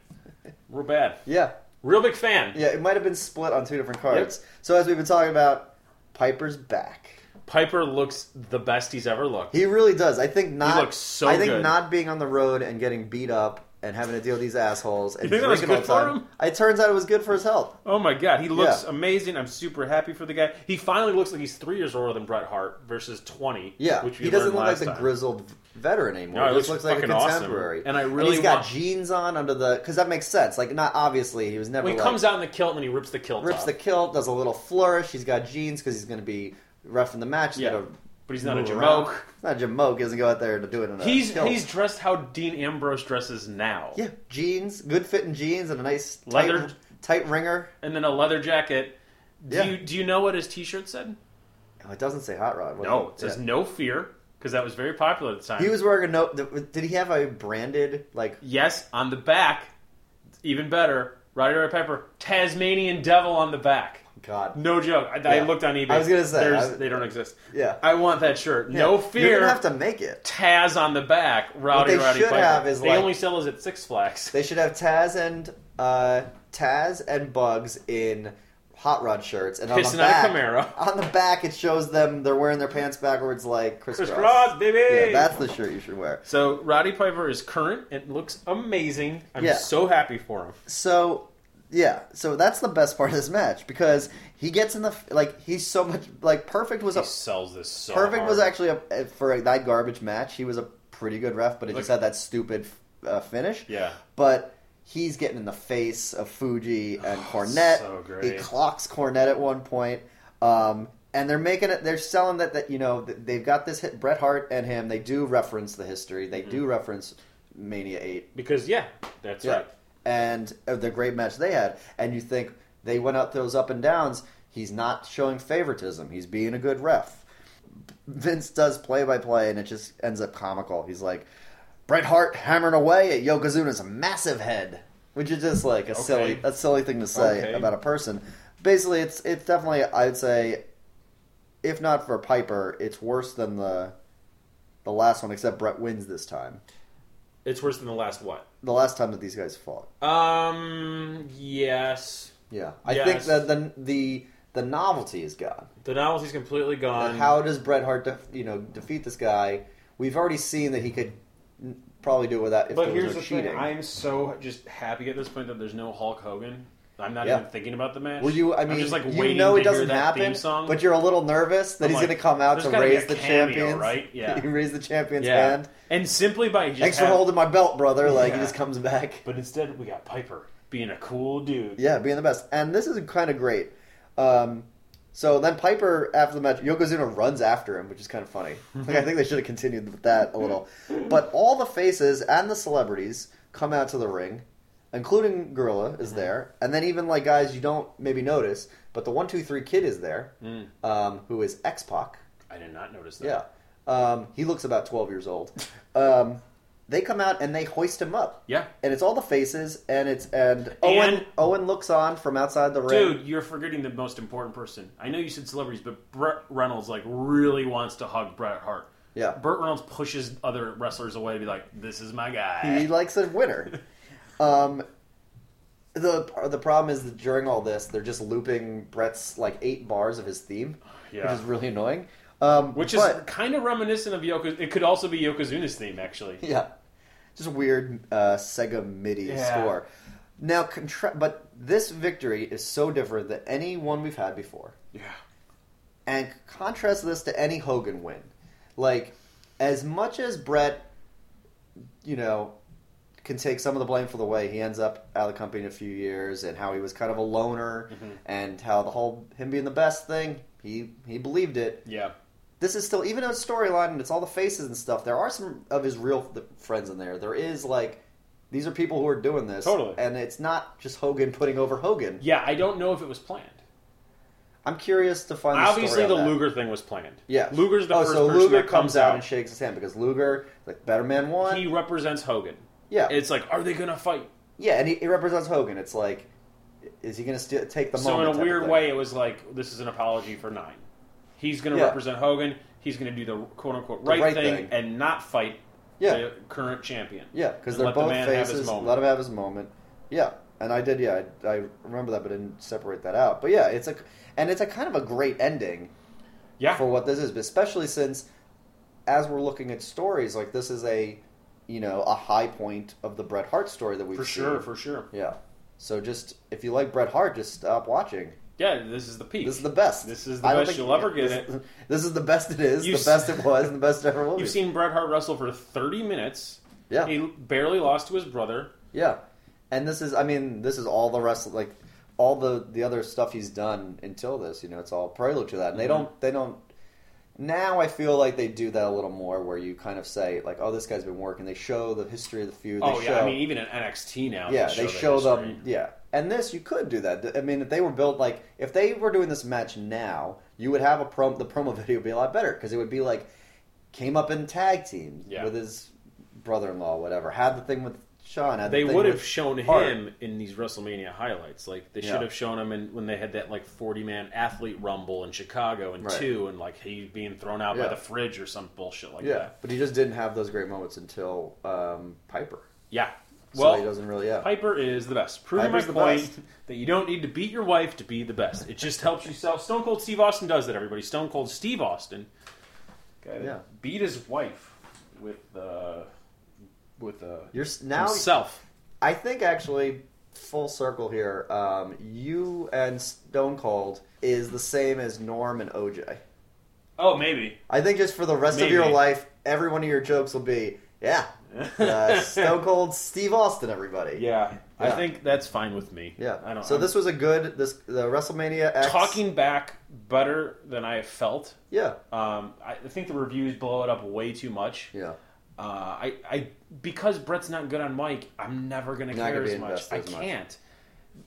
B: Real bad.
C: yeah
B: Real big fan.
C: yeah. It might have been split on two different cards. So as we've been talking about, Piper's back.
B: Piper looks the best he's ever looked.
C: He really does. I think not.
B: looks so
C: I think
B: good.
C: not being on the road and getting beat up and having to deal with these assholes and
B: think that was
C: drinking all
B: good
C: the
B: for
C: time.
B: him?
C: It turns out it was good for his health.
B: Oh my god, he looks
C: Yeah.
B: amazing. I'm super happy for the guy. He finally looks like he's three years older than Bret Hart versus 20.
C: Yeah,
B: which we
C: he doesn't
B: learned
C: look like
B: last
C: the
B: time.
C: grizzled veteran anymore.
B: No,
C: he
B: it
C: just looks
B: looks
C: like a
B: fucking awesome.
C: contemporary.
B: And I
C: and
B: really
C: he's got
B: want-
C: jeans on under the because that makes sense. Like not obviously he was never
B: When he
C: like,
B: comes out in the kilt and he rips the kilt
C: rips
B: off.
C: the kilt, does a little flourish. He's got jeans because he's going to be roughing the match. He's
B: Yeah,
C: gotta
B: but he's not a
C: move around.
B: jamoke.
C: He's not a jamoke. He doesn't go out there to do it. In a
B: He's
C: kilt.
B: he's dressed how Dean Ambrose dresses now.
C: yeah, jeans, good fitting jeans, and a nice
B: Leather-
C: tight, tight ringer.
B: And then a leather jacket. Do
C: Yeah.
B: you do you know what his t-shirt said?
C: Oh, it doesn't say hot rod. what-
B: No, it says
C: yeah.
B: no fear because that was very popular at the time.
C: He was wearing a no. Did he have a branded like?
B: yes, on the back. Even better, Roddy Red Pepper, Tasmanian Devil on the back.
C: God,
B: No joke. I, I
C: Yeah.
B: looked on eBay.
C: I was gonna say,
B: There's-
C: I-
B: they don't exist.
C: yeah.
B: I want that shirt. No
C: Yeah. You're
B: fear.
C: gonna have to make it.
B: Taz on the back. Rowdy
C: they
B: Roddy
C: should
B: Piper.
C: have is,
B: they
C: like-
B: only sell those at Six Flags.
C: They should have Taz and uh, Taz and Bugs in hot rod shirts, and on the
B: Pissing on a
C: back,
B: Camaro.
C: on the back it shows them they're wearing their pants backwards like Chris,
B: Chris
C: Cross.
B: Cross, baby.
C: Yeah, that's the shirt you should wear.
B: so Roddy Piper is current. It looks amazing. I'm
C: Yeah.
B: so happy for him.
C: So yeah, so that's the best part of this match because he gets in the f- like he's so much like perfect was
B: He
C: a
B: sells this so
C: perfect was
B: hard.
C: actually a for that garbage match he was a pretty good ref, but it just
B: Look-
C: had that stupid uh, finish.
B: Yeah.
C: but he's getting in the face of Fuji and Cornette.
B: Oh, so great.
C: He clocks Cornette at one point. Um, and they're making it. They're selling that that you know th- they've got this hit. Bret Hart and him. They do reference the history. They
B: Mm-hmm.
C: do reference Mania Eight.
B: Because, yeah, that's right.
C: And uh, the great match they had. And you think they went up those up and downs. He's not showing favoritism. He's being a good ref. Vince does play by play, and it just ends up comical. He's like, Bret Hart hammering away at Yokozuna's massive head, which is just like a silly
B: Okay.
C: a silly thing to say
B: Okay.
C: about a person. Basically, it's it's definitely I'd say, if not for Piper, it's worse than the the last one. Except Bret wins this time.
B: It's worse than the last what?
C: The last time that these guys fought.
B: Um, yes.
C: Yeah, I
B: Yes.
C: think that the the the novelty is gone.
B: The novelty's completely gone.
C: How does Bret Hart, def- you know, defeat this guy? We've already seen that he could n- probably do it without if
B: but
C: there
B: here's
C: was no
B: the
C: cheating.
B: thing. I'm so just happy at this point that there's no Hulk Hogan. I'm not
C: Yeah.
B: even thinking about the match.
C: Were you? I
B: I'm
C: mean,
B: just like
C: you
B: waiting
C: know
B: to
C: it doesn't
B: hear that
C: happen,
B: theme song.
C: but you're a little nervous that
B: I'm
C: he's
B: like,
C: going to come out
B: "There's
C: to
B: gotta be
C: raise
B: a
C: the
B: cameo,
C: champions,
B: right? Yeah.
C: he raised the champion's
B: yeah.
C: hand.
B: And simply by just
C: Thanks for
B: having-
C: holding my belt, brother. Like he
B: Yeah.
C: just comes back.
B: But instead, we got Piper being a cool dude.
C: Yeah, being the best. And this is kind of great. Um, so then Piper, after the match, Yokozuna runs after him, which is kind of funny. Like, I think they should have continued with that a little. But all the faces and the celebrities come out to the ring, including Gorilla is there, and then even like guys you don't maybe notice, but the one two three kid is there, um, who is X Pac.
B: I did not notice that.
C: Yeah, um, he looks about twelve years old. Um, they come out and they hoist him up
B: Yeah.
C: and it's all the faces, and it's and Owen
B: And-
C: Owen looks on from outside the ring.
B: Dude, you're forgetting the most important person. I know you said celebrities, but Burt Reynolds like really wants to hug Bret Hart.
C: Yeah.
B: Burt Reynolds pushes other wrestlers away to be like, "This is my
C: he
B: guy."
C: likes a winner. um, the the problem is that during all this, they're just looping Brett's like eight bars of his theme,
B: Yeah.
C: which is really annoying. Um,
B: Which is
C: but,
B: kind of reminiscent of Yoko. It could also be Yokozuna's theme, actually.
C: yeah, just a weird uh, Sega MIDI
B: Yeah.
C: score. Now, contra- but this victory is so different than any one we've had before.
B: Yeah.
C: and contrast this to any Hogan win. Like, as much as Brett, you know, can take some of the blame for the way he ends up out of the company in a few years, and how he was kind of a loner,
B: Mm-hmm.
C: and how the whole him being the best thing, he he believed it.
B: Yeah.
C: This is still even though it's storyline and it's all the faces and stuff. There are some of his real th- friends in there. There is like. These are people who are doing this,
B: Totally.
C: and it's not just Hogan putting over Hogan.
B: Yeah. I don't know if it was planned.
C: I'm curious to find. The story
B: Obviously,
C: on
B: the
C: that.
B: Luger thing was planned.
C: Yeah.
B: Luger's the
C: oh,
B: first
C: so
B: person
C: Luger
B: that comes
C: out
B: out.
C: and shakes his hand because Luger, like better man one.
B: He represents Hogan.
C: yeah.
B: It's like, are they gonna fight?
C: yeah, and he, he represents Hogan. It's like, is he going to st- take the
B: So
C: moment?
B: in
C: type
B: a
C: of
B: weird
C: thing.
B: way, it was like this is an apology for Nine. He's going to
C: Yeah.
B: represent Hogan. He's going to do the quote unquote right,
C: right
B: thing,
C: thing.
B: and not fight
C: Yeah.
B: the current champion.
C: Yeah, because
B: And
C: they're
B: let the
C: both
B: man have his
C: faces.
B: moment.
C: Let him have his moment. Yeah, and I did. Yeah, I, I remember that, but didn't separate that out. But yeah, it's a and it's a kind of a great ending
B: Yeah,
C: for what this is, especially since as we're looking at stories like this is a you know a high point of the Bret Hart story that we've
B: for
C: seen.
B: sure, for sure.
C: Yeah. So just if you like Bret Hart, just stop watching.
B: Yeah, this is the peak.
C: This is the best.
B: This is the
C: I don't
B: best
C: think-
B: you'll ever get
C: this, it. This is the best it is,
B: You
C: the best
B: s-
C: it was, and the best it ever will be.
B: You've seen Bret Hart wrestle for thirty minutes.
C: yeah,
B: He barely lost to his brother.
C: yeah. And this is, I mean, this is all the rest, of, like all the the other stuff he's done until this. You know, it's all prelude to that.
B: Mm-hmm.
C: And they don't, they don't. Now I feel like they do that a little more, where you kind of say like, "Oh, this guy's been working." They show the history of the feud. They
B: oh yeah,
C: show-
B: I mean even in NXT now.
C: yeah, they show
B: the
C: them.
B: history.
C: Yeah, and this you could do that. I mean, if they were built like if they were doing this match now, you would have a prom. The promo video would be a lot better because it would be like came up in tag team
B: Yeah.
C: with his brother-in-law, whatever. Had the thing with Sean. Had
B: They
C: the thing
B: would
C: with
B: have shown
C: Hart.
B: him in these WrestleMania highlights. Like they
C: Yeah.
B: should have shown him in, when they had that like forty man athlete rumble in Chicago and
C: Right.
B: two, and like he being thrown out
C: Yeah.
B: by the fridge or some bullshit like
C: Yeah,
B: that.
C: but he just didn't have those great moments until um, Piper.
B: Yeah.
C: So
B: Well,
C: he doesn't really. Yeah,
B: Piper is the best. Proving my
C: Piper's the
B: point
C: best.
B: that you don't need to beat your wife to be the best. It just helps you sell. Stone Cold Steve Austin does that. Everybody. Stone Cold Steve Austin. Guy that
C: Yeah.
B: beat his wife with uh, with uh,
C: you're s- now.
B: himself.
C: I think actually, full circle here. Um, you and Stone Cold is the same as Norm and OJ.
B: Oh, maybe.
C: I think just for the rest of
B: Maybe.
C: your life, every one of your jokes will be, yeah, uh, Stone Cold Steve Austin, everybody.
B: Yeah, I
C: Yeah.
B: think that's fine with me.
C: yeah.
B: I don't.
C: So
B: I'm
C: this was a good this the WrestleMania X,
B: talking back better than I have felt.
C: Yeah,
B: Um, I I think the reviews blow it up way too much.
C: yeah,
B: Uh, I, I because Brett's not good on mic, I'm never gonna
C: Not
B: care
C: gonna be
B: as much.
C: invested
B: I
C: as much.
B: can't.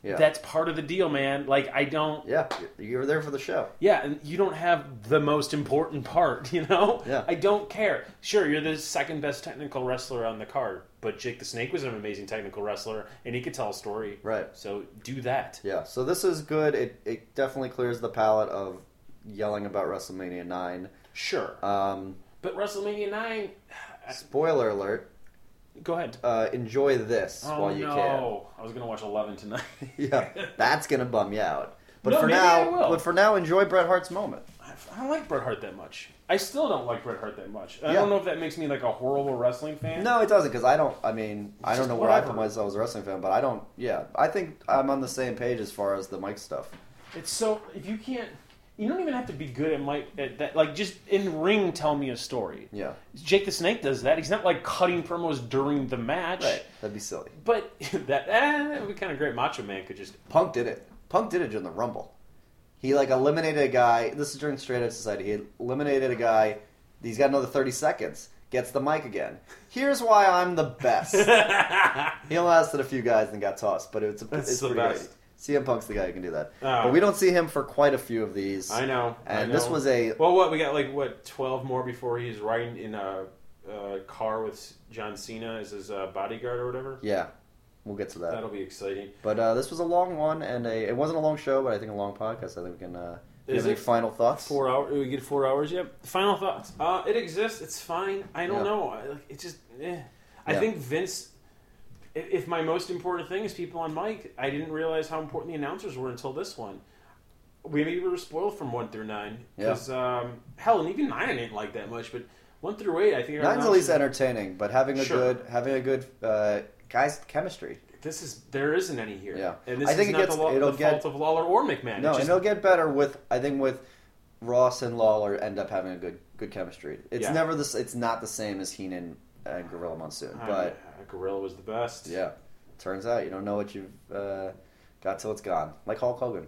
C: Yeah.
B: That's part of the deal, man. Like I don't.
C: yeah, you were there for the show.
B: Yeah, and you don't have the most important part, you know?
C: Yeah.
B: I don't care. Sure, you're the second best technical wrestler on the card, but Jake the Snake was an amazing technical wrestler, and he could tell a story.
C: Right.
B: So do that.
C: Yeah, so this is good. It it definitely clears the palate of yelling about WrestleMania nine.
B: Sure.
C: Um,
B: but WrestleMania 9,
C: spoiler alert.
B: go ahead.
C: Uh, enjoy this
B: oh,
C: while you
B: no. I was going to watch 11 tonight.
C: can. Yeah, that's gonna bum you out. But
B: No,
C: for
B: maybe
C: now,
B: I will.
C: but for now, enjoy Bret Hart's moment.
B: I I don't like Bret Hart that much. I still don't like Bret Hart that much. I
C: Yeah.
B: don't know if that makes me like a horrible wrestling fan.
C: No, it doesn't, because I don't. I mean, I don't
B: just
C: know where I
B: whatever.
C: put myself as a wrestling fan, but I don't. Yeah, I think I'm on the same page as far as the Mike stuff.
B: It's so if you can't, you don't even have to be good at my at that. Like just in ring, tell me a story.
C: Yeah,
B: Jake the Snake does that. He's not like cutting promos during the match.
C: right. That'd be silly.
B: But that eh, that would be kind of great. Macho Man could just
C: Punk did it. Punk did it during the Rumble. He like eliminated a guy. This is during Straight Edge Society. He eliminated a guy. He's got another thirty seconds. Gets the mic again. Here's why I'm the best. he lasted a few guys and got tossed, but it's
B: That's
C: it's
B: the
C: pretty good.
B: best.
C: CM Punk's the guy who can do that.
B: Ah.
C: but we don't see him for quite a few of these.
B: I know. I
C: And
B: know.
C: this was a
B: well, what we got like what twelve more before he's riding in a, uh car with John Cena as his uh, bodyguard or whatever.
C: yeah. We'll get to that.
B: That'll be exciting.
C: But uh, this was a long one, and a, it wasn't a long show, but I think a long podcast. I think we can. Uh, do you
B: Is
C: have any
B: it
C: final thoughts?
B: Four hours? We get four hours? Yep. Final thoughts. Uh, it exists. It's fine. I don't
C: Yeah.
B: know. I, like, it just. Eh. I
C: Yeah.
B: think Vince. i- If my most important thing is people on mic, I didn't realize how important the announcers were until this one. We maybe were spoiled from one through nine because um, hell, and even nine I didn't like that much, but one through eight, I think our
C: Nine's at least
B: announcers-
C: entertaining, but having a
B: Sure.
C: good having a good uh, guys chemistry.
B: This is there isn't any here.
C: Yeah.
B: and this
C: I think
B: is
C: it
B: not
C: gets-
B: the, law,
C: it'll
B: the
C: get-
B: fault of Lawler or McMahon.
C: No,
B: It
C: and
B: just-
C: it'll get better with I think with Ross and Lawler end up having a good good chemistry. It's
B: Yeah.
C: never this. It's not the same as Heenan and Gorilla Monsoon, but
B: Uh, Gorilla was the best.
C: yeah, turns out you don't know what you've uh, got till it's gone. Like Hulk Hogan.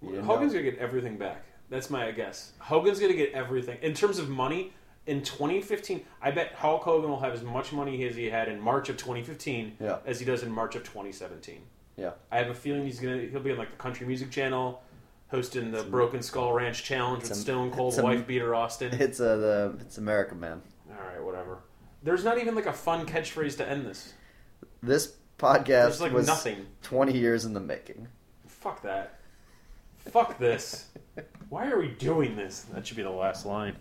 C: You didn't
B: Hogan's
C: know.
B: gonna get everything back. That's my guess. Hogan's gonna get everything in terms of money. In 2015, I bet Hulk Hogan will have as much money as he had in March of 2015
C: Yeah.
B: as he does in March of 2017.
C: Yeah.
B: I have a feeling he's gonna he'll be on like the country music channel, hosting the Broken Skull Ranch Challenge with
C: it's a-
B: Stone Cold
C: it's a-
B: Wife Beater Austin.
C: It's uh, the it's America man.
B: All right, whatever. There's not even like a fun catchphrase to end this.
C: This podcast
B: There's like
C: was
B: nothing.
C: twenty years in the making.
B: Fuck that. Fuck this. Why are we doing this? That should be the last line.